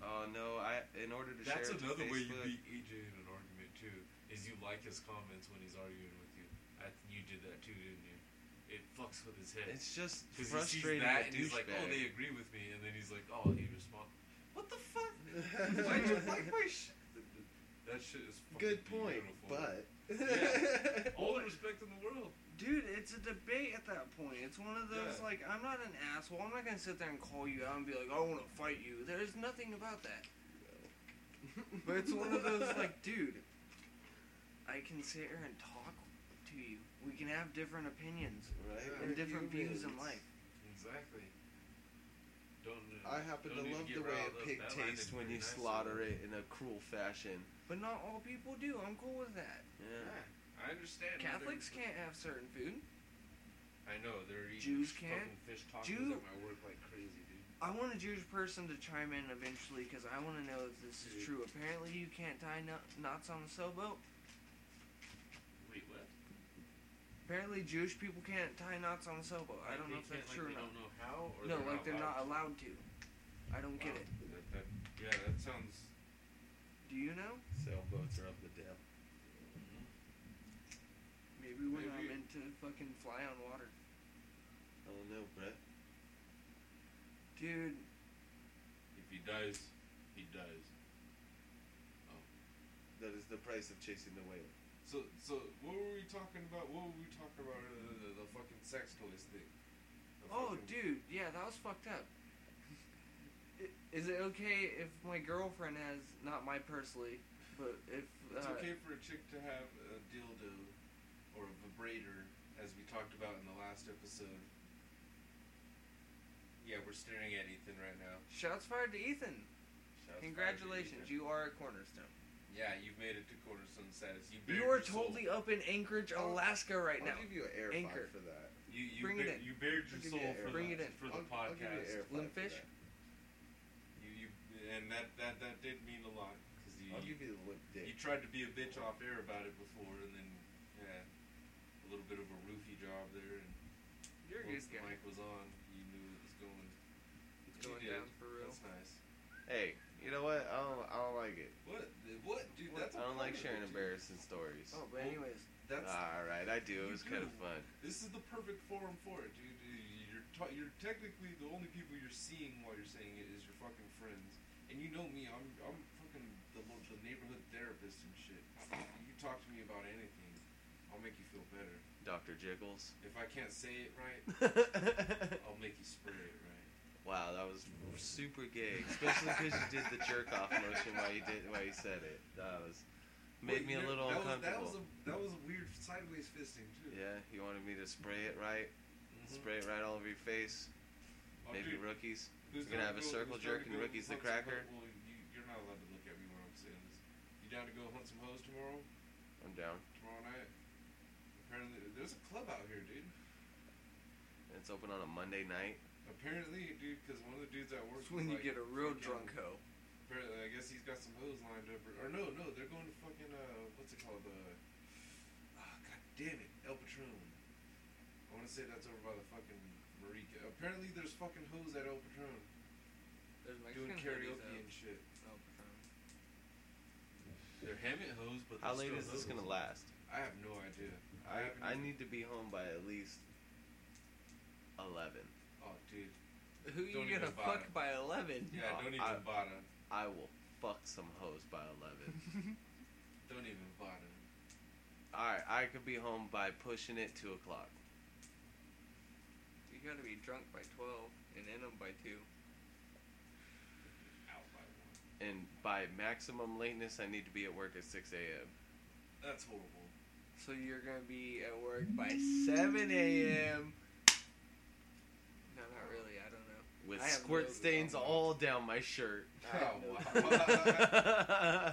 oh no, I in order to That's share it to another way you Facebook- beat AJ in an argument too. Is you like his comments when he's arguing with you. I, you did that too, didn't you? It fucks with his head. It's just Because he sees frustrating. a that and he's like, "Oh, douchebag. they agree with me," and then he's like, "Oh, he responds." What the fuck? Why'd you like my shit? That shit is fucking Good point, beautiful. but Oh. Yeah. all the respect in the world. Dude, it's a debate at that point. It's one of those Yeah. like I'm not an asshole. I'm not gonna sit there and call you out and be like, I want to fight you. There's nothing about that. But it's one of those like, dude, I can sit here and talk to to you. We can have different opinions Right? and different views in humans. life. Exactly. Don't. Uh, I happen to don't need love get the way riled a up. pig That line tastes is when you pretty nice, though. slaughter it in a cruel fashion. But not all people do. I'm cool with that. Yeah. Yeah, I understand. where they're- Catholics can't have certain food. I know they're eating Jews fucking can't. fish tacos Jew- at my work like crazy, dude. I want a Jewish person to chime in eventually because I want to know if this Dude. is true. Apparently, you can't tie kno- knots on a sailboat. Wait, what? Apparently, Jewish people can't tie knots on a sailboat. Like, I don't know they if that's can't, like, true or they not. Don't know how or No, like they're not allowed. allowed to. I don't get Wow. it. That, that, yeah, that sounds. Do you know? Sailboats are up the dam. Maybe we're not Maybe. meant to fucking fly on water. I don't know, Brett. Dude, If he dies, he dies. That is the price of chasing the whale. So, so what were we talking about? What were we talking about? Uh, the, the fucking sex toys thing. The Oh, fucking- dude, yeah, that was fucked up. I- Is it okay if my girlfriend has, not my personally, but if. Uh, It's okay for a chick to have a dildo or a vibrator, as we talked about in the last episode. Yeah, we're staring at Ethan right now. Shouts fired to Ethan. Shouts fired to Congratulations, Ethan. you are a cornerstone. Yeah, you've made it to Cornerstone status. You, You bared your are soul. totally up in Anchorage, I'll- Oh, Alaska right now. I'll give you an air Anchor. five for that. You, you Bring it bare- in. You bared your I'll give soul you an air for, Bring the, it in. for the I'll, I'll give you an air podcast. five Limp for Fish? that. You, you, and that, that, that did mean a lot because you, I'll you, give you the limp dick. you tried to be a bitch off air about it before, and then yeah, a little bit of a roofie job there. And You're a once good the guy. mic was on, you knew it was going. It's And you going did. down for real. That's nice. Hey, you know what? I don't, I don't like it. What? The- What, dude? That's I don't like sharing a bear. embarrassing stories. Oh, but anyways, That's All right, I do. It You was kind of do. fun. this is the perfect forum for it, dude. You're ta- you're technically the only people you're seeing while you're saying it is your fucking friends. And you know me, I'm I'm fucking the, lo- the neighborhood therapist and shit. You talk to me about anything, I'll make you feel better. Dr. Jiggles. If I can't say it right, I'll make you spray it right. wow, that was super gay, especially because you did the jerk off motion while you did while you said it. That was made me Wait, a you're- little that uncomfortable. Was, that was a that was a weird sideways fisting too. yeah, you wanted me to spray it right, Mhm. spray it right all over your face. Oh, Maybe dude, rookies. Who's We're gonna down have a go- circle who's down jerk to and go Ricky's the hunt some cracker? ho- Well, you, you're not allowed to look at me when I'm saying this. You down to go hunt some hoes tomorrow? I'm down. Tomorrow night? Apparently, there's a club out here, dude. It's open on a Monday night. Apparently, dude, because one of the dudes at work. it's when you was get like, a real fucking- drunk hoe. Apparently, I guess he's got some hoes lined up. Or, or no, no, they're going to fucking uh, what's it called? Uh, ah, god damn it, El Patron. I want to say that's over by the fucking Marika. Apparently, there's fucking hoes at El Patron There's doing karaoke and shit. Oh, They're hammett hoes, but How they're late is still this hoes. gonna last? I have no idea. I haven't I I even- need to be home by at least eleven. Oh, dude. Who you Don't gonna even fuck bother. by 11? Yeah, No, don't even I- bother. I will fuck some hoes by eleven. Don't even bother. all right, I could be home by pushing it two o'clock. You gotta be drunk by 12 and in 'em by 2. Out by one. and by maximum lateness, I need to be at work at 6 a.m. That's horrible. So you're gonna be at work by 7 a.m. No, not really. I don't know. with I have squirt no stains doubt. all down my shirt. I Oh, have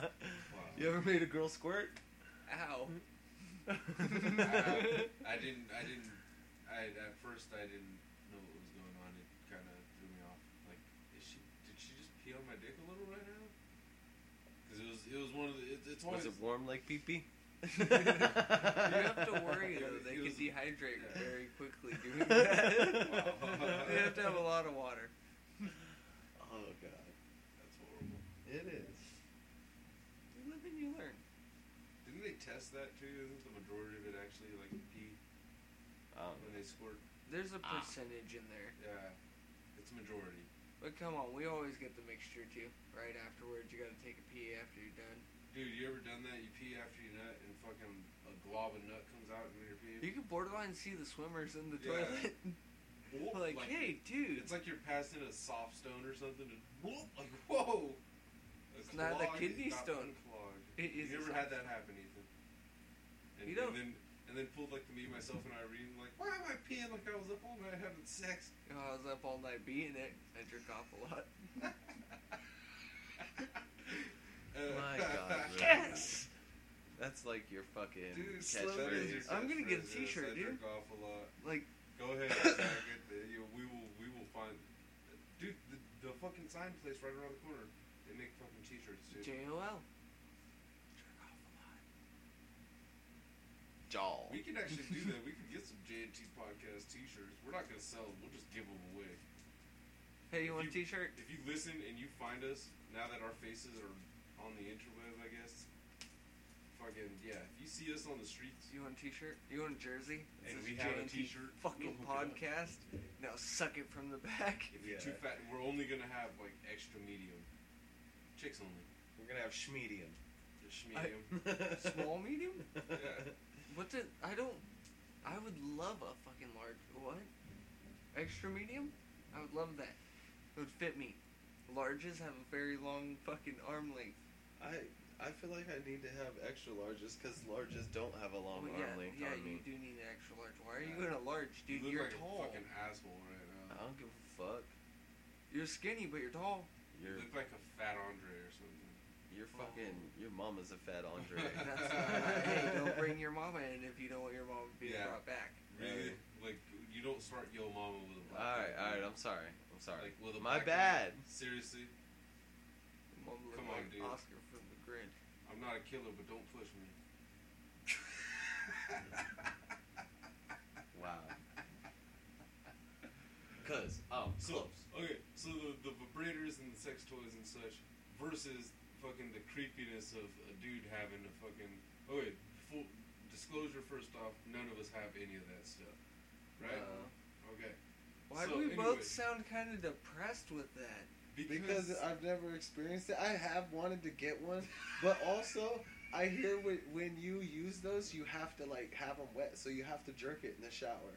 wow. you ever made a girl squirt? Ow. I, I didn't. I didn't. I at first I didn't know what was going on. It kind of threw me off. Like, is she? Did she just pee on my dick a little right now? Because it was. It was one of the. It, it's always. Was it warm like pee pee? you have to worry It though; was- they it can was- dehydrate yeah. very quickly doing that. Wow. you have to have a lot of water. Oh god, That's horrible. it is. You live and you learn. Didn't they test that too? Isn't the majority of it actually like pee Um, when they squirt? There's a Ah. percentage in there, Yeah, it's majority. but come on, we always get the mixture too. Right afterwards, you gotta take a pee after you're done. Dude, you ever done that? You pee after you nut, and fucking a glob of nut comes out in your pee. You can borderline see the swimmers in the Yeah. toilet. Whoop, like, hey, dude, It's like you're passing a soft stone or something, and whoop, like, whoa! A It's not a clog, it kidney got stone. unclogged. It is You a ever soft had that happen, Ethan? And, You don't- And then, and then pulled like the me, myself, and Irene. Like, why am I peeing like I was up all night having sex? You know, Oh, I was up all night being it. I jerk off a lot. My Uh, My God, bro. Yes! That's like your fucking Dude, slut is your catchphrase. I'm gonna get a catchphrase. Yes, t-shirt, I dude. jerk off a lot. Like, Go ahead. Zach. It- you- we will. We will find. Dude, the, the fucking sign place right around the corner. They make fucking t-shirts, dude. J-O-L. Jaw. We can actually do that. We could get some JNT podcast T-shirts. We're not gonna sell them. We'll just give them away. Hey, you want a You- t-shirt? If you listen and you find us now that our faces are on the interweb, I guess. Fucking yeah. If you see us on the streets You want a t-shirt? You want a jersey? It and says we have a J&T T-shirt, Fucking we'll hook it up. podcast. Now suck it from the back. If you're Yeah. too fat, we're only gonna have like extra medium. Chicks only. We're gonna have schmedium. Just medium. Small, medium? Yeah. What's it? I don't. I would love a fucking large. What? Extra medium? I would love that. It would fit me. Larges have a very long fucking arm length. I I feel like I need to have extra larges because larges don't have a long Well, arm Oh, yeah, length yeah, on me. you do need an extra large. Why are you in a large, dude? you You are look like tall. a fucking asshole right I now. don't give a fuck. You're skinny, but you're tall. You You're look like a fat Andre or something. you're fucking your mom is a fat Andre. That's not, hey, don't bring your mama in if you don't want your mama being Yeah. brought back. Really? Like you don't start Yo Mama with a all black right, guy. all right. I'm sorry. I'm sorry. Like with a My bad. black guy. Seriously, Your Mama looked Come on, like dude. Oscar from the Grinch. I'm not a killer, but don't push me. Wow. Cause um So okay, so the, the vibrators and the sex toys and such versus fucking the creepiness of a dude having a fucking okay. Full disclosure, first off, none of us have any of that stuff, right? Uh, okay, why So, do we anyway. both sound kind of depressed with that? because I've never experienced it. I have wanted to get one, but also I hear when, when you use those, you have to like have them wet, so you have to jerk it in the shower.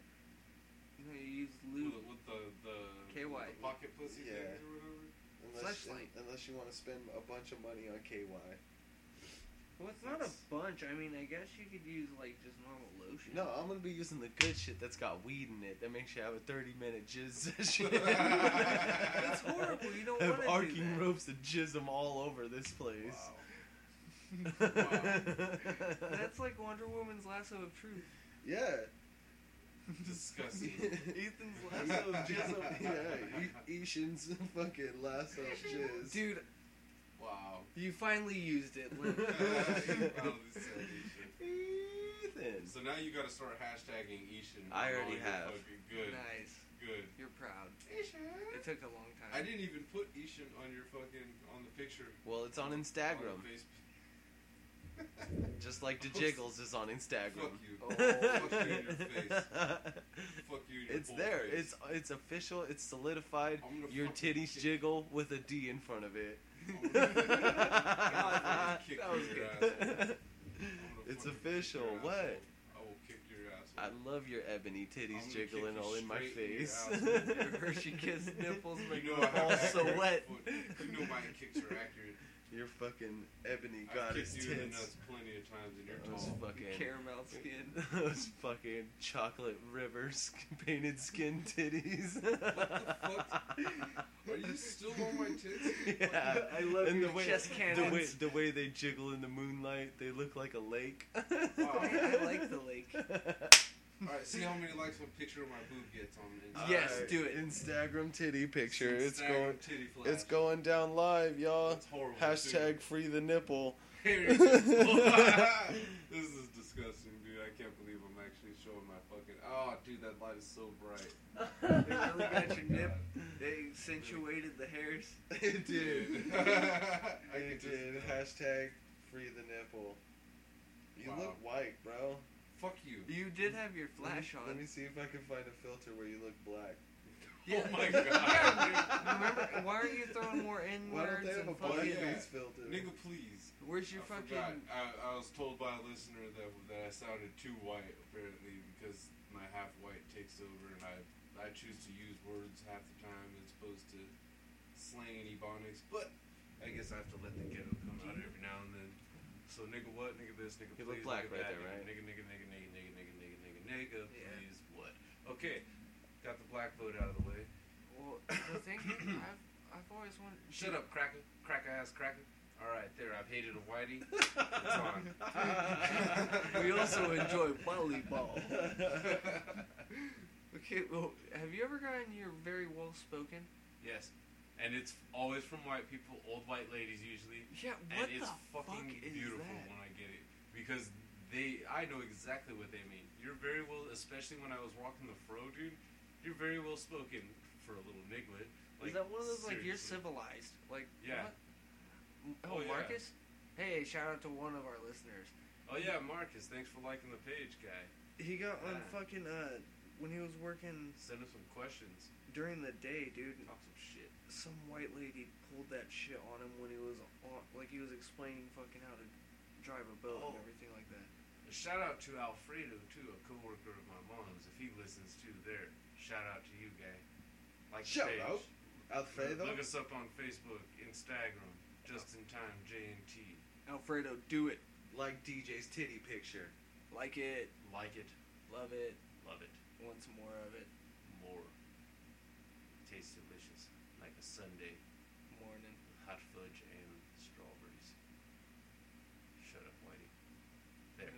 You know, you use lube. with, the- with the the, KY. the pocket pussy Yeah. things or whatever. Unless, Fleshlight. unless you want to spend a bunch of money on KY. Well, it's not a bunch. I mean, I guess you could use like just normal lotion. No, I'm gonna be using the good shit that's got weed in it. That makes you have a 30 minute jizz session. That's horrible, you don't Have wanna do arcing that. ropes and jizz 'em all over this place. Wow. that's like Wonder Woman's lasso of truth. yeah. Disgusting. Ethan's lasso Lasso of of truth. jizz. Yeah, E- Ishan's fucking lasso of jizz. Dude, wow. you finally used it. Lynn. Uh, you probably said that shit. Ethan. So now you gotta start hashtagging Ishan. I on already your have. fucking- Good, nice. good. You're proud. Ishan. It took a long time. I didn't even put Ishan on your fucking on the picture. Well, it's on on the Instagram. Facebook. Just like the Jiggles is on Instagram. Fuck you. Oh, fuck you in your face. Fuck you. In your It's whole there. face. It's it's official. It's solidified. I'm gonna Your fucking titties kick- jiggle with a D in front of it. I'm gonna fucking kick That was your asshole. good. I'm gonna it's fucking kick official. your What? asshole. I will kick your asshole. I love your ebony I'm titties gonna jiggling kick you all in my straight in your face. ass. Hershey Kiss nipples make You know I my have all accurate so wet. foot- You know my kicks are accurate. Your fucking ebony I've goddess kicked you in the tits. nuts Oh, plenty of times, and you're Those tall. fucking caramel skin. those fucking chocolate river sk- painted skin titties. What the Are you still on my tits? Yeah, I love and your the way, chest The way, cannons. the way they jiggle in the moonlight, they look like a lake. I, I like the lake. All right, see how many likes my picture of my boob gets on Instagram. Yes, Alright, do it. Instagram titty picture. It's Instagram going. Titty flash. It's going down live, y'all. It's horrible. Hashtag dude. free the nipple. Here it is. this is disgusting, dude. I can't believe I'm actually showing my fucking. Oh, dude, that light is so bright. They really got your nip. God. They accentuated the hairs. It Dude. I It could just- did. Hashtag free the nipple. You Wow. look white, bro. Fuck you. You did have your flash let me, Let on. me see if I can find a filter where you look black. Yeah. Oh my Yeah, god. Remember, why are you throwing more N Why don't words they have a and black fucking? yeah. face filter? Nigga, please. Where's your I fucking? forgot. I, I was told by a listener that that I sounded too white apparently because my half white takes over and I I choose to use words half the time as opposed to slang and ebonics. But I guess I have to let the ghetto come out every now and then. So nigga, what? Nigga, this. Nigga, You please. look black nigga, right that, there, nigga, right? Nigga, nigga, nigga, nigga, nigga, nigga, nigga, Yeah. please, what? Okay, got the black vote out of the way. Well, the thing is, I've, I've always wanted. Shut up, cracker, cracker ass cracker. All right, there, I've hated a whitey. We also enjoy volleyball. Okay, well, have you ever gotten your very well spoken? yes, and it's always from white people, old white ladies usually. Yeah, and what it's the fucking fuck is beautiful that? when I get it because they I know exactly what they mean. You're very well, especially when I was walking the fro, dude. You're very well spoken for a little niglet. is that one of those like you're seriously. civilized? Like Yeah. what? M- Oh, Oh, yeah. Marcus. Hey, shout out to one of our listeners. Oh yeah, Marcus, thanks for liking the page, guy. He got on Yeah. fucking uh when he was working Send us some questions. during the day, dude. Talk some shit. Some white lady pulled that shit on him when he was on, like he was explaining fucking how to drive a boat and Oh. everything like that. A shout out to Alfredo too, a coworker of my mom's. If he listens to there, shout out to you, guy. Like the Shout page. out. Alfredo? Look us up on Facebook, Instagram, Just in Time J and T. Alfredo, do it, Like DJ's titty picture. like it, Like it, love it, love it, want some more of it, more. Tastes delicious, like a sundae, morning. with hot fudge and strawberries. Shut up, Whitey. There.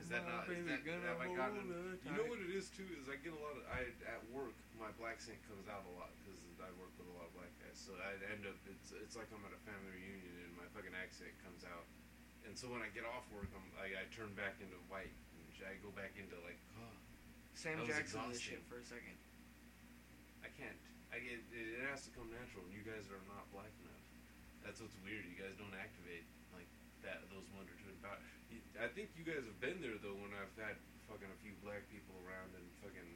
Is that not? Is that, have I gotten? You You know what it is too is I get a lot of I at work my black scent comes out a lot because I work with a lot of black guys, so I end up it's it's like I'm at a family reunion and my fucking accent comes out, and so when I get off work I'm I, I turn back into white and sh- I go back into like oh, Sam I was Jackson this exhausted. shit for a second. I can't I get it, it has to come natural and you guys are not black enough. That's what's weird. You guys don't activate like that those one or two and power. You- I think you guys have been there though when I've had fucking a few black people around and fucking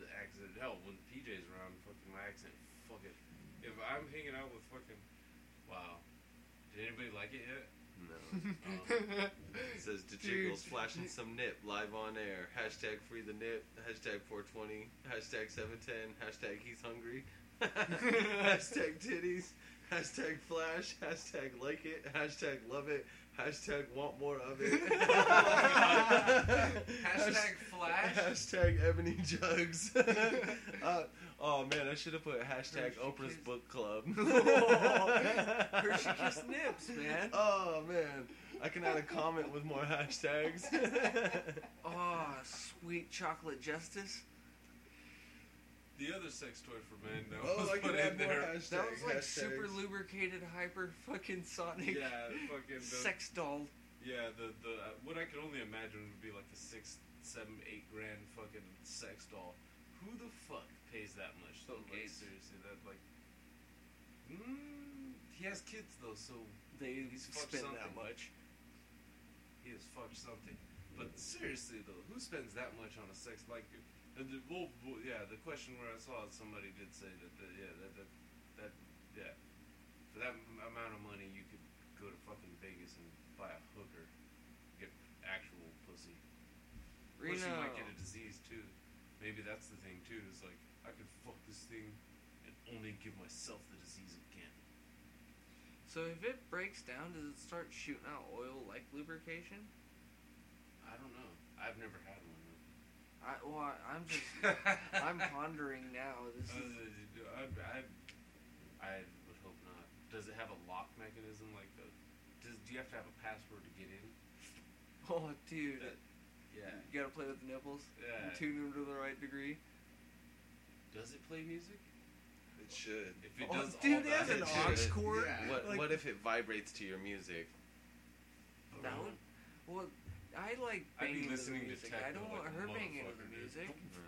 the accent. Hell, when PJ's around, fucking my accent. Fuck it. If I'm hanging out with fucking wow, did anybody like it yet? Um, No. It says to jiggles flashing some nip live on air. Hashtag free the nip. Hashtag 420. Hashtag 710. Hashtag he's hungry. hashtag titties. Hashtag flash. Hashtag like it. Hashtag love it. Hashtag want more of it. Hashtag flash. Hashtag ebony jugs. uh, oh man, I should have put hashtag Hershey Oprah's Kiss. book club. Hershey Kiss Nips, man. Oh man, I can add a comment with more hashtags. Oh, sweet chocolate justice. The other sex toy for men that Oh, was I can put in add more there. hashtags. That was like hashtags. super lubricated, hyper fucking sonic Yeah, fucking. the- sex doll. Yeah, the the uh, what I could only imagine would be like a six, seven, eight grand fucking sex doll. Who the fuck pays that much? Though? Bill Like, Gates. seriously, that like, mm, he has kids though, so They He's fucked something. spend that much. he has fucked something. But seriously though, who spends that much on a sex like? uh, the- well, well, yeah, the question where I saw it, somebody did say that the, yeah that, that that yeah for that m- amount of money you could go to fucking Vegas and buy a hooker, get actual pussy. Of course, you Reno. might get a disease too. Maybe that's the thing too. Is like I could fuck this thing and only give myself the disease again. So if it breaks down, does it start shooting out oil like lubrication? I don't know. I've never had one. Though. I well, I, I'm just I'm pondering now. This is Uh, I, I, I would hope not. Does it have a lock mechanism? Like, a, does do you have to have a password to get in? oh, dude. That- Yeah. You gotta play with the nipples. Yeah. Tune them to the right degree. Does it play music? It should. If it Oh, does, all dude, it has that, an it aux should. cord. Yeah. What Like- What if it vibrates to your music? That would- Well, I like I'd banging be to the listening to music. techno I don't want like a her banging to motherfucker, the dude. music.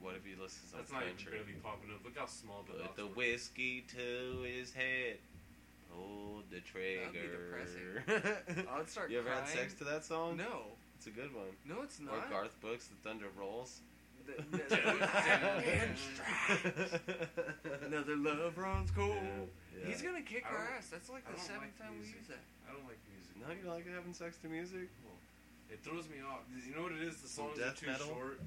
What if he listens That's to not even country? barely popping up. Look how small the Put the aux cord whiskey to his head. Hold the That'd be trigger. I would start you ever crying. had sex to that song? No, It's a good one. no, it's Or not. Garth Brooks, The Thunder Rolls. The- the- Another love runs cold. Yeah. He's gonna kick I our don't- ass. That's like I the don't seventh like time music. we use that. I don't like music. Now you like having sex to music? It throws me off. You know what it is? The songs are death too metal? short,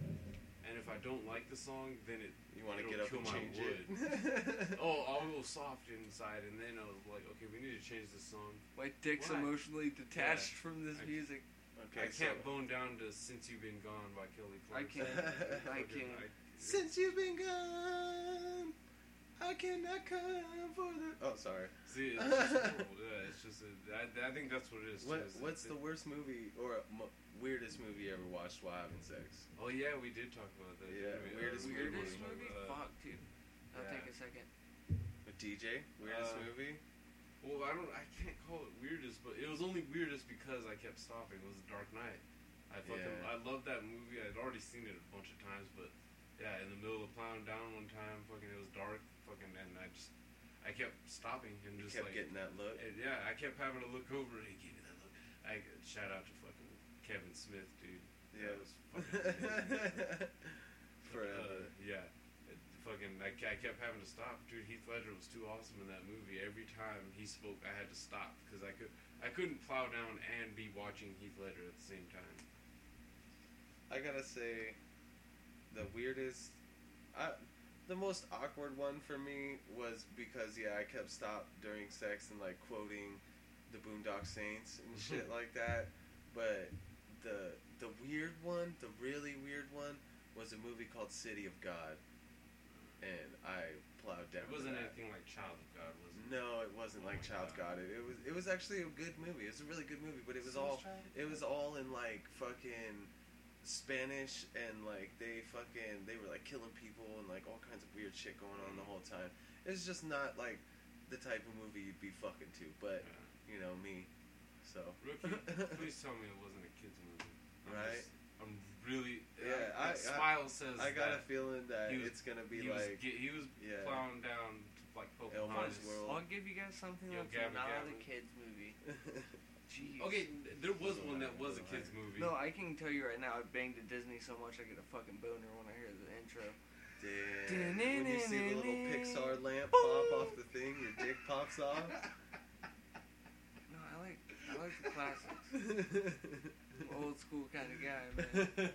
and if I don't like the song, then it. You want to It'll get up kill and my change it? Oh, I'll go soft inside, and then I was like, okay, we need to change this song. My dick's Why? emotionally detached from this I- music. Okay, I can't bone down to "Since You've Been Gone" by Kelly I Clarkson. can't. I can't. Since you've been gone, I cannot come for the. Oh, sorry. See, it's just, horrible. yeah, it's just a, I, I think that's what it is. too, What, is it- what's the worst movie or mo- weirdest movie you ever watched while having sex? Oh yeah, we did talk about that. Yeah, didn't we? weirdest Uh, we Uh, weird were Weirdest talking movie? about that. Fuck, dude. I'll yeah. take a second. With DJ? Weirdest Uh, movie? Well, I don't. I can't call it weirdest, but it was only weirdest because I kept stopping. It was The Dark Knight. I fucking. Yeah. I loved that movie. I'd already seen it a bunch of times, but yeah, in the middle of plowing down one time, fucking, it was dark, fucking, and I just, I kept stopping and You just kept like, getting that look. and, yeah, I kept having to look over and he gave me that look. I shout out to fucking Kevin Smith, dude. That was fucking amazing. Forever. Uh, yeah. It fucking, I, ca- I kept having to stop. Dude, Heath Ledger was too awesome in that movie. Every time he spoke, I had to stop because I could, I couldn't plow down and be watching Heath Ledger at the same time. I gotta say, the weirdest, I, the most awkward one for me was because yeah, I kept stop during sex and like quoting the Boondock Saints and shit like that. But the the weird one, the really weird one, was a movie called City of God, and I plowed down. to It wasn't that. anything like Child of God, was it? No, it wasn't Oh like my Child God. God. It, it was it was actually a good movie. It was a really good movie, but it was all it was all in like fucking Spanish and like they fucking they were like killing people and like all kinds of weird shit going on the whole time. It's just not like the type of movie you'd be fucking to, but Yeah. you know me. So Rookie, please tell me it wasn't a kids movie. I'm Right? just- I'm really. Yeah, I- I- I, Smile says I got a that feeling that he was- it's gonna be he was, like ge- he was yeah. plowing down like Elmo's Pocahontas. World. I'll give you guys something Yo, that's Gabba not Gabba. a kids movie. Jeez. Okay, there was one that was a kids movie. No, I can tell you right now, I banged at Disney so much I get a fucking boner when I hear the intro. Damn. when you see the little Pixar lamp pop off the thing, your dick pops off. No, I like I like the classics. I'm an old school kind of guy, man.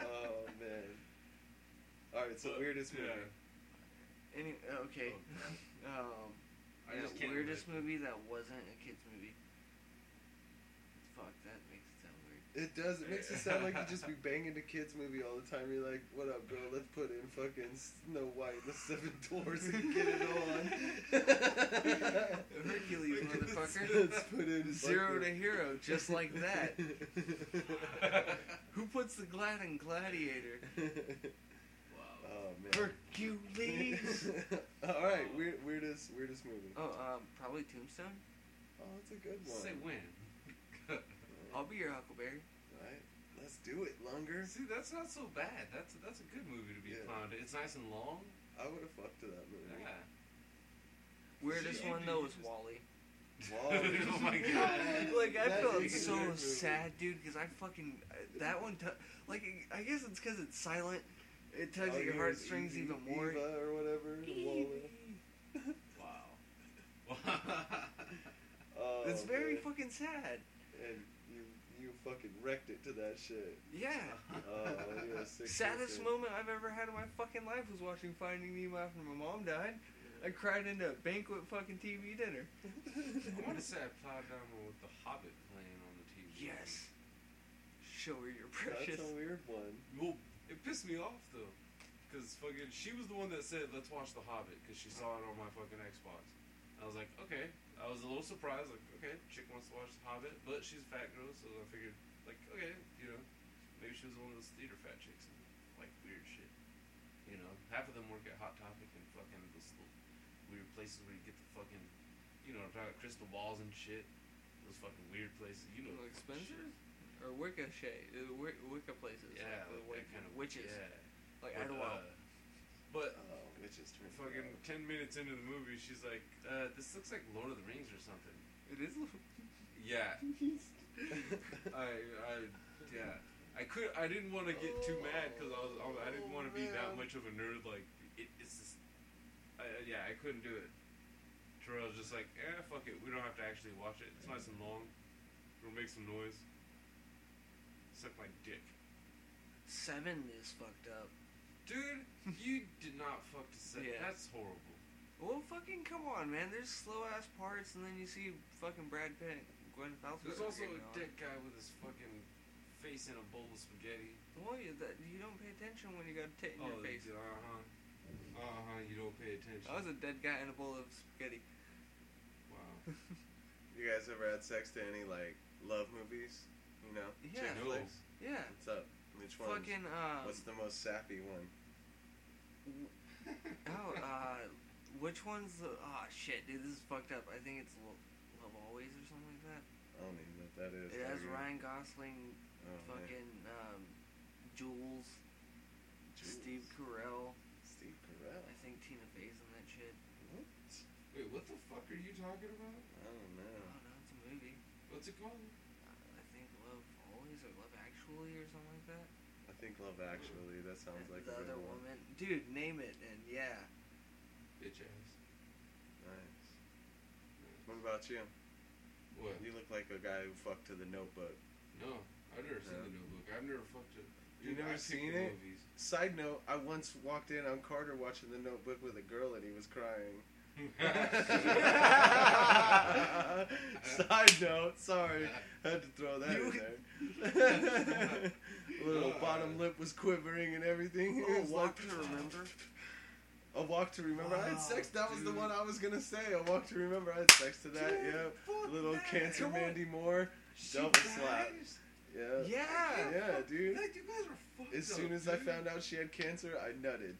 oh man. Alright, so But, weirdest movie. yeah. Any, okay. Um, Oh. I just that can't. weirdest movie that wasn't a kids movie. Fuck, that makes it sound weird. It does. It makes it sound like you just be banging the kids movie all the time. You're like, "What up, bro? Let's put in fucking Snow White and the Seven Dwarfs and get it on." Hercules, motherfucker. Let's put in Zero to fucking- hero, just like that. Who puts the glad in Gladiator? Wow. oh man. Hercules. all right, weird, weirdest weirdest movie. Oh, um, probably Tombstone. Oh, that's a good one. Say when. I'll be your Huckleberry. Alright, let's do it, Lunger. See, that's not so bad. That's that's a good movie to be Yeah. plowing. It's nice and long. I would have fucked to that movie. Yeah. Weirdest Shit, one you though was just- Wally. Wally. oh my god. Like I That felt is a so weird movie. sad, dude, because I fucking uh, that one. T- like I guess it's because it's silent. It tugs Oh, at your yeah, it was heartstrings Eve- even more. Eva or whatever. Wally. Wow. Oh, it's very man. fucking sad. and you you fucking wrecked it to that shit. Yeah. Oh, you're a sick Saddest person. moment I've ever had in my fucking life was watching Finding Nemo after my mom died. I cried into a banquet fucking TV dinner. I want to say I plowed down with The Hobbit playing on the TV. Yes. Show her your That's precious. a weird one. Well, it pissed me off though, because fucking she was the one that said let's watch The Hobbit because she saw it on my fucking Xbox. I was like, okay. I was a little surprised, like, okay, chick wants to watch The Hobbit, but she's a fat girl, so I figured, like, okay, you know, maybe she was one of those theater fat chicks and like weird shit. You know, half of them work at Hot Topic and fucking those little weird places where you get the fucking, you know, talking about crystal balls and shit. Those fucking weird places, you know. Like shit. Spencer's? Or Wicca Shay, uh, Wic- Wicca places. Yeah, like, the like Wicca, that kind of witches. Yeah. Like But, Idlewild. uh, but Oh, which is true. Fucking ten minutes into the movie, she's like, uh, "This looks like Lord of the Rings or something." It is. little- Yeah, I, I, yeah, I could, I didn't want to get too mad because I was, I, I didn't want to be that much of a nerd. Like, it, it's just, I, I- yeah, I couldn't do it. Terrell's just like, eh, fuck it, we don't have to actually watch it. It's nice and long. It'll make some noise. Suck my dick, Seven is fucked up. dude. You did not fuck to say. Yeah. That's horrible. Well, fucking come on, man. There's slow ass parts, and then you see fucking Brad Pitt. Gwen Falco. There's also a dick. dick guy with his fucking face in a bowl of spaghetti. Well, you, that, you don't pay attention when you got a tit in your face. Uh huh. Uh huh. You don't pay attention. I was a dead guy in a bowl of spaghetti. wow. You guys ever had sex to any like love movies? You know, Yeah. chick No. flicks. Yeah. What's up? Which one? Fucking, um, What's the most sappy one? oh, uh, which one's the, oh shit, dude, this is fucked up. I think it's Lo- Love Always or something like that. I don't even know what that is. It has Have you- Ryan Gosling, Oh, man. fucking, um, Jules, Jules. Steve Carell, Steve Carell. I think Tina Fey's in that shit. What? Wait, what the fuck are you talking about? I don't I know. don't know, Oh, it's a movie. What's it called? I think Love Always or Love Actually or something like that. I think Love Actually. That sounds like the a other good one. woman. Dude, name it, and yeah. Bitch ass. Nice. What about you? What? You look like a guy who fucked to the Notebook. No, I've never seen Yeah. the Notebook. I've never fucked it. You never I've seen the it? Movies. Side note: I once walked in on Carter watching the Notebook with a girl, and he was crying. Side note, sorry, had to throw that in there. Little bottom lip was quivering and everything. It was Oh, Walk like- to Remember. A walk to remember. I had Wow, sex. That was the dude. one I was gonna say. A walk to remember. I had sex to that. Dude, yep. fuck Little that. cancer Come on. Mandy Moore. She Double dies? slap. Yeah. Yeah. Yeah, dude. That- you guys are fucked As soon up, as I dude. found out she had cancer, I nutted.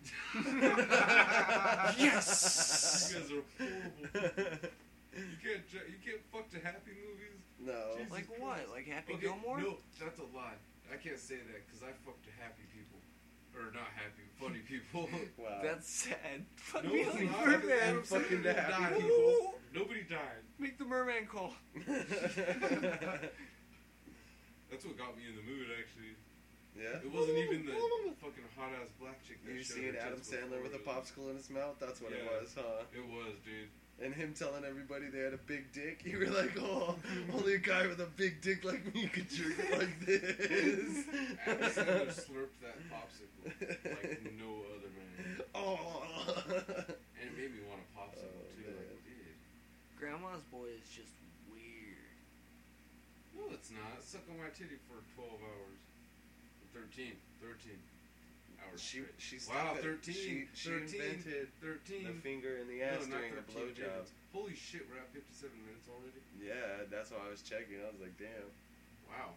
You guys are horrible. You can't, ju- you can't fuck to happy movies. no. Jesus Like Christ. what? Like Happy Okay, Gilmore? No, that's a lie. I can't say that because I fuck to happy people. Or not happy, funny people. Wow. That's sad. Fuck No, me it's like not. Merman. I'm fucking the happy Ooh. people. Nobody died. Make the merman call. That's what got me in the mood, actually. yeah. It wasn't even the fucking hot ass black chick that You showed seen her Adam tits before Sandler with a it. popsicle in his mouth? That's what it Yeah. was, huh? It was, dude. And him telling everybody they had a big dick. You were like, oh, only a guy with a big dick like me could drink like this. Adam Sandler slurped that popsicle like no other man. oh. And it made me want a popsicle, Oh, too. Like, dude. Grandma's boy is just weird. No, it's not. Suck on my titty for 12 hours. 13. 13 hours. She, straight. she wow, stuck a- 13. She, she 13. invented 13. the finger in the ass no, not during a 13 blowjob. minutes. Holy shit, we're at 57 minutes already? Yeah, that's why I was checking. I was like, damn, Wow.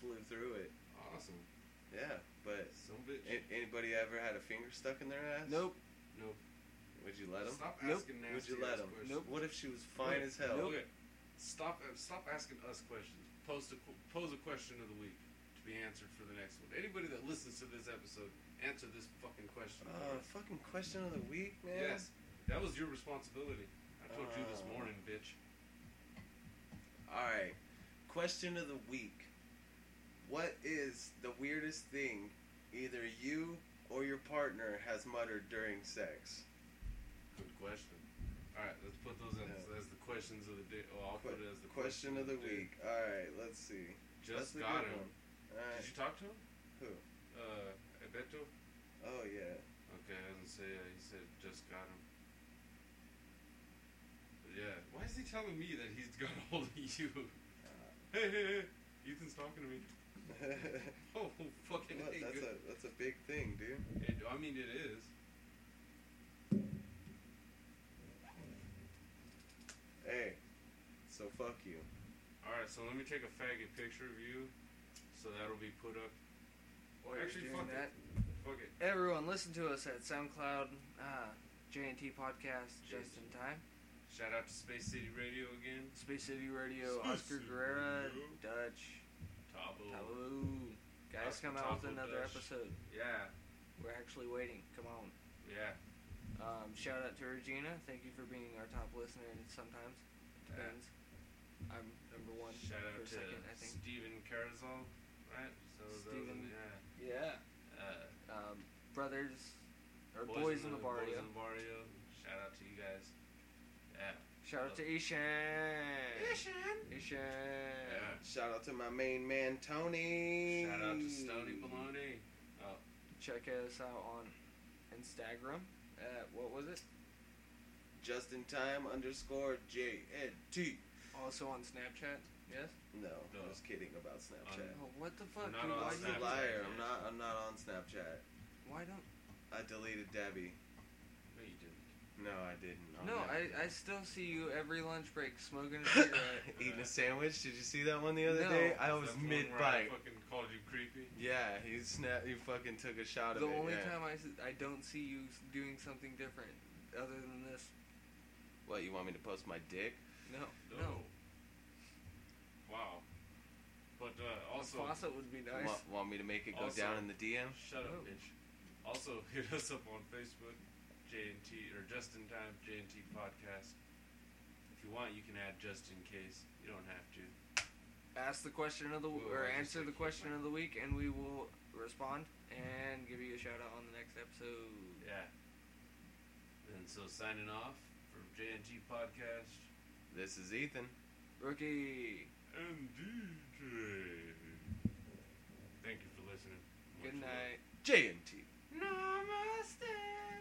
flew through it. Awesome. Yeah, but Some bitch. a- anybody ever had a finger stuck in their ass? Nope. nope. Would you let them? Stop Nope. asking Would nasty you let ass them? questions. Nope. What if she was fine as hell? Okay. Stop, uh, stop asking us questions. Post a, qu- pose a question of the week to be answered for the next one. Anybody that listens to this episode, answer this fucking question. Uh, fucking question of the week, man. Yes. That was your responsibility. I told you this Uh. morning, bitch. All right. Question of the week. What is the weirdest thing either you or your partner has muttered during sex? Good question. All right, let's put those as, Yeah. as the questions of the day. Oh, I'll Que- put it as the question of the day. week. All right, let's see. Just That's a good got him. one. All Did right. you talk to him? Who? Uh, Beto? Oh yeah. Okay, I didn't say that. He said just got him. But yeah, why is he telling me that he's got a hold of you? Uh, Hey, hey, hey! Ethan's talking to me. Oh, fucking What? hey, That's good. a that's a big thing, dude. It, I mean, it is. Hey. So fuck you. All right, so let me take a faggot picture of you, so that'll be put up. While you're Actually, doing fuck that. Fuck it. Everyone, listen to us at SoundCloud, uh, J&T Podcast, Just in Time, Shout out to Space City Radio again. Space City Radio, Space Oscar City Guerrera, Radio. Dutch, Tabo. Taboo. Guys, Oscar come Taco out with another Dutch. episode. Yeah, We're actually waiting. Come on. yeah. Um, shout out to Regina. Thank you for being our top listener. Sometimes depends. I'm number one Uh, Shout out for a to second, I think. Steven Carazol, right? So those are Steven. the- yeah. Yeah. Uh, Um, brothers or boys, in the Boys barrio. in the Barrio. Shout out to you guys. Yeah. Shout out to Ishan. Oh. Ishan. Yeah. Shout out to my main man Tony. Shout out to Stony Baloney. Oh, Check us out on Instagram at what was it? Just in time underscore J N T. Also on Snapchat, yes? No, No. I was kidding about Snapchat. Oh, what the fuck, Not dude? on Why, I'm you, a Snapchat. liar. I'm not. I'm not on Snapchat. why don't... I deleted Debbie. No, you didn't. No, I didn't. I'll No, never- I, I still see you every lunch break smoking a cigarette. eating a sandwich. Did you see that one the other No. day? I was That's the one mid where I bite. fucking called you creepy. Yeah, he snap. He fucking took a shot the of it. only yeah. time I, s- I don't see you s- doing something different other than this. What you want me to post my dick? No, No. no. Wow. But uh, A also, faucet would be nice. Want, want me to make it go Also- down in the DM? shut up, No. bitch. Also, hit us up on Facebook, J and T or Just in Time J and T Podcast. If you want, you can add just in case. You don't have to. Ask the question of the w- Ooh, or I just answer the like- question of the week, and we will respond and give you a shout out on the next episode. Yeah. And so, signing off for J and T Podcast This is Ethan. Rookie, and DJ. Thank you for listening. good Much love. night. J and T. Namaste.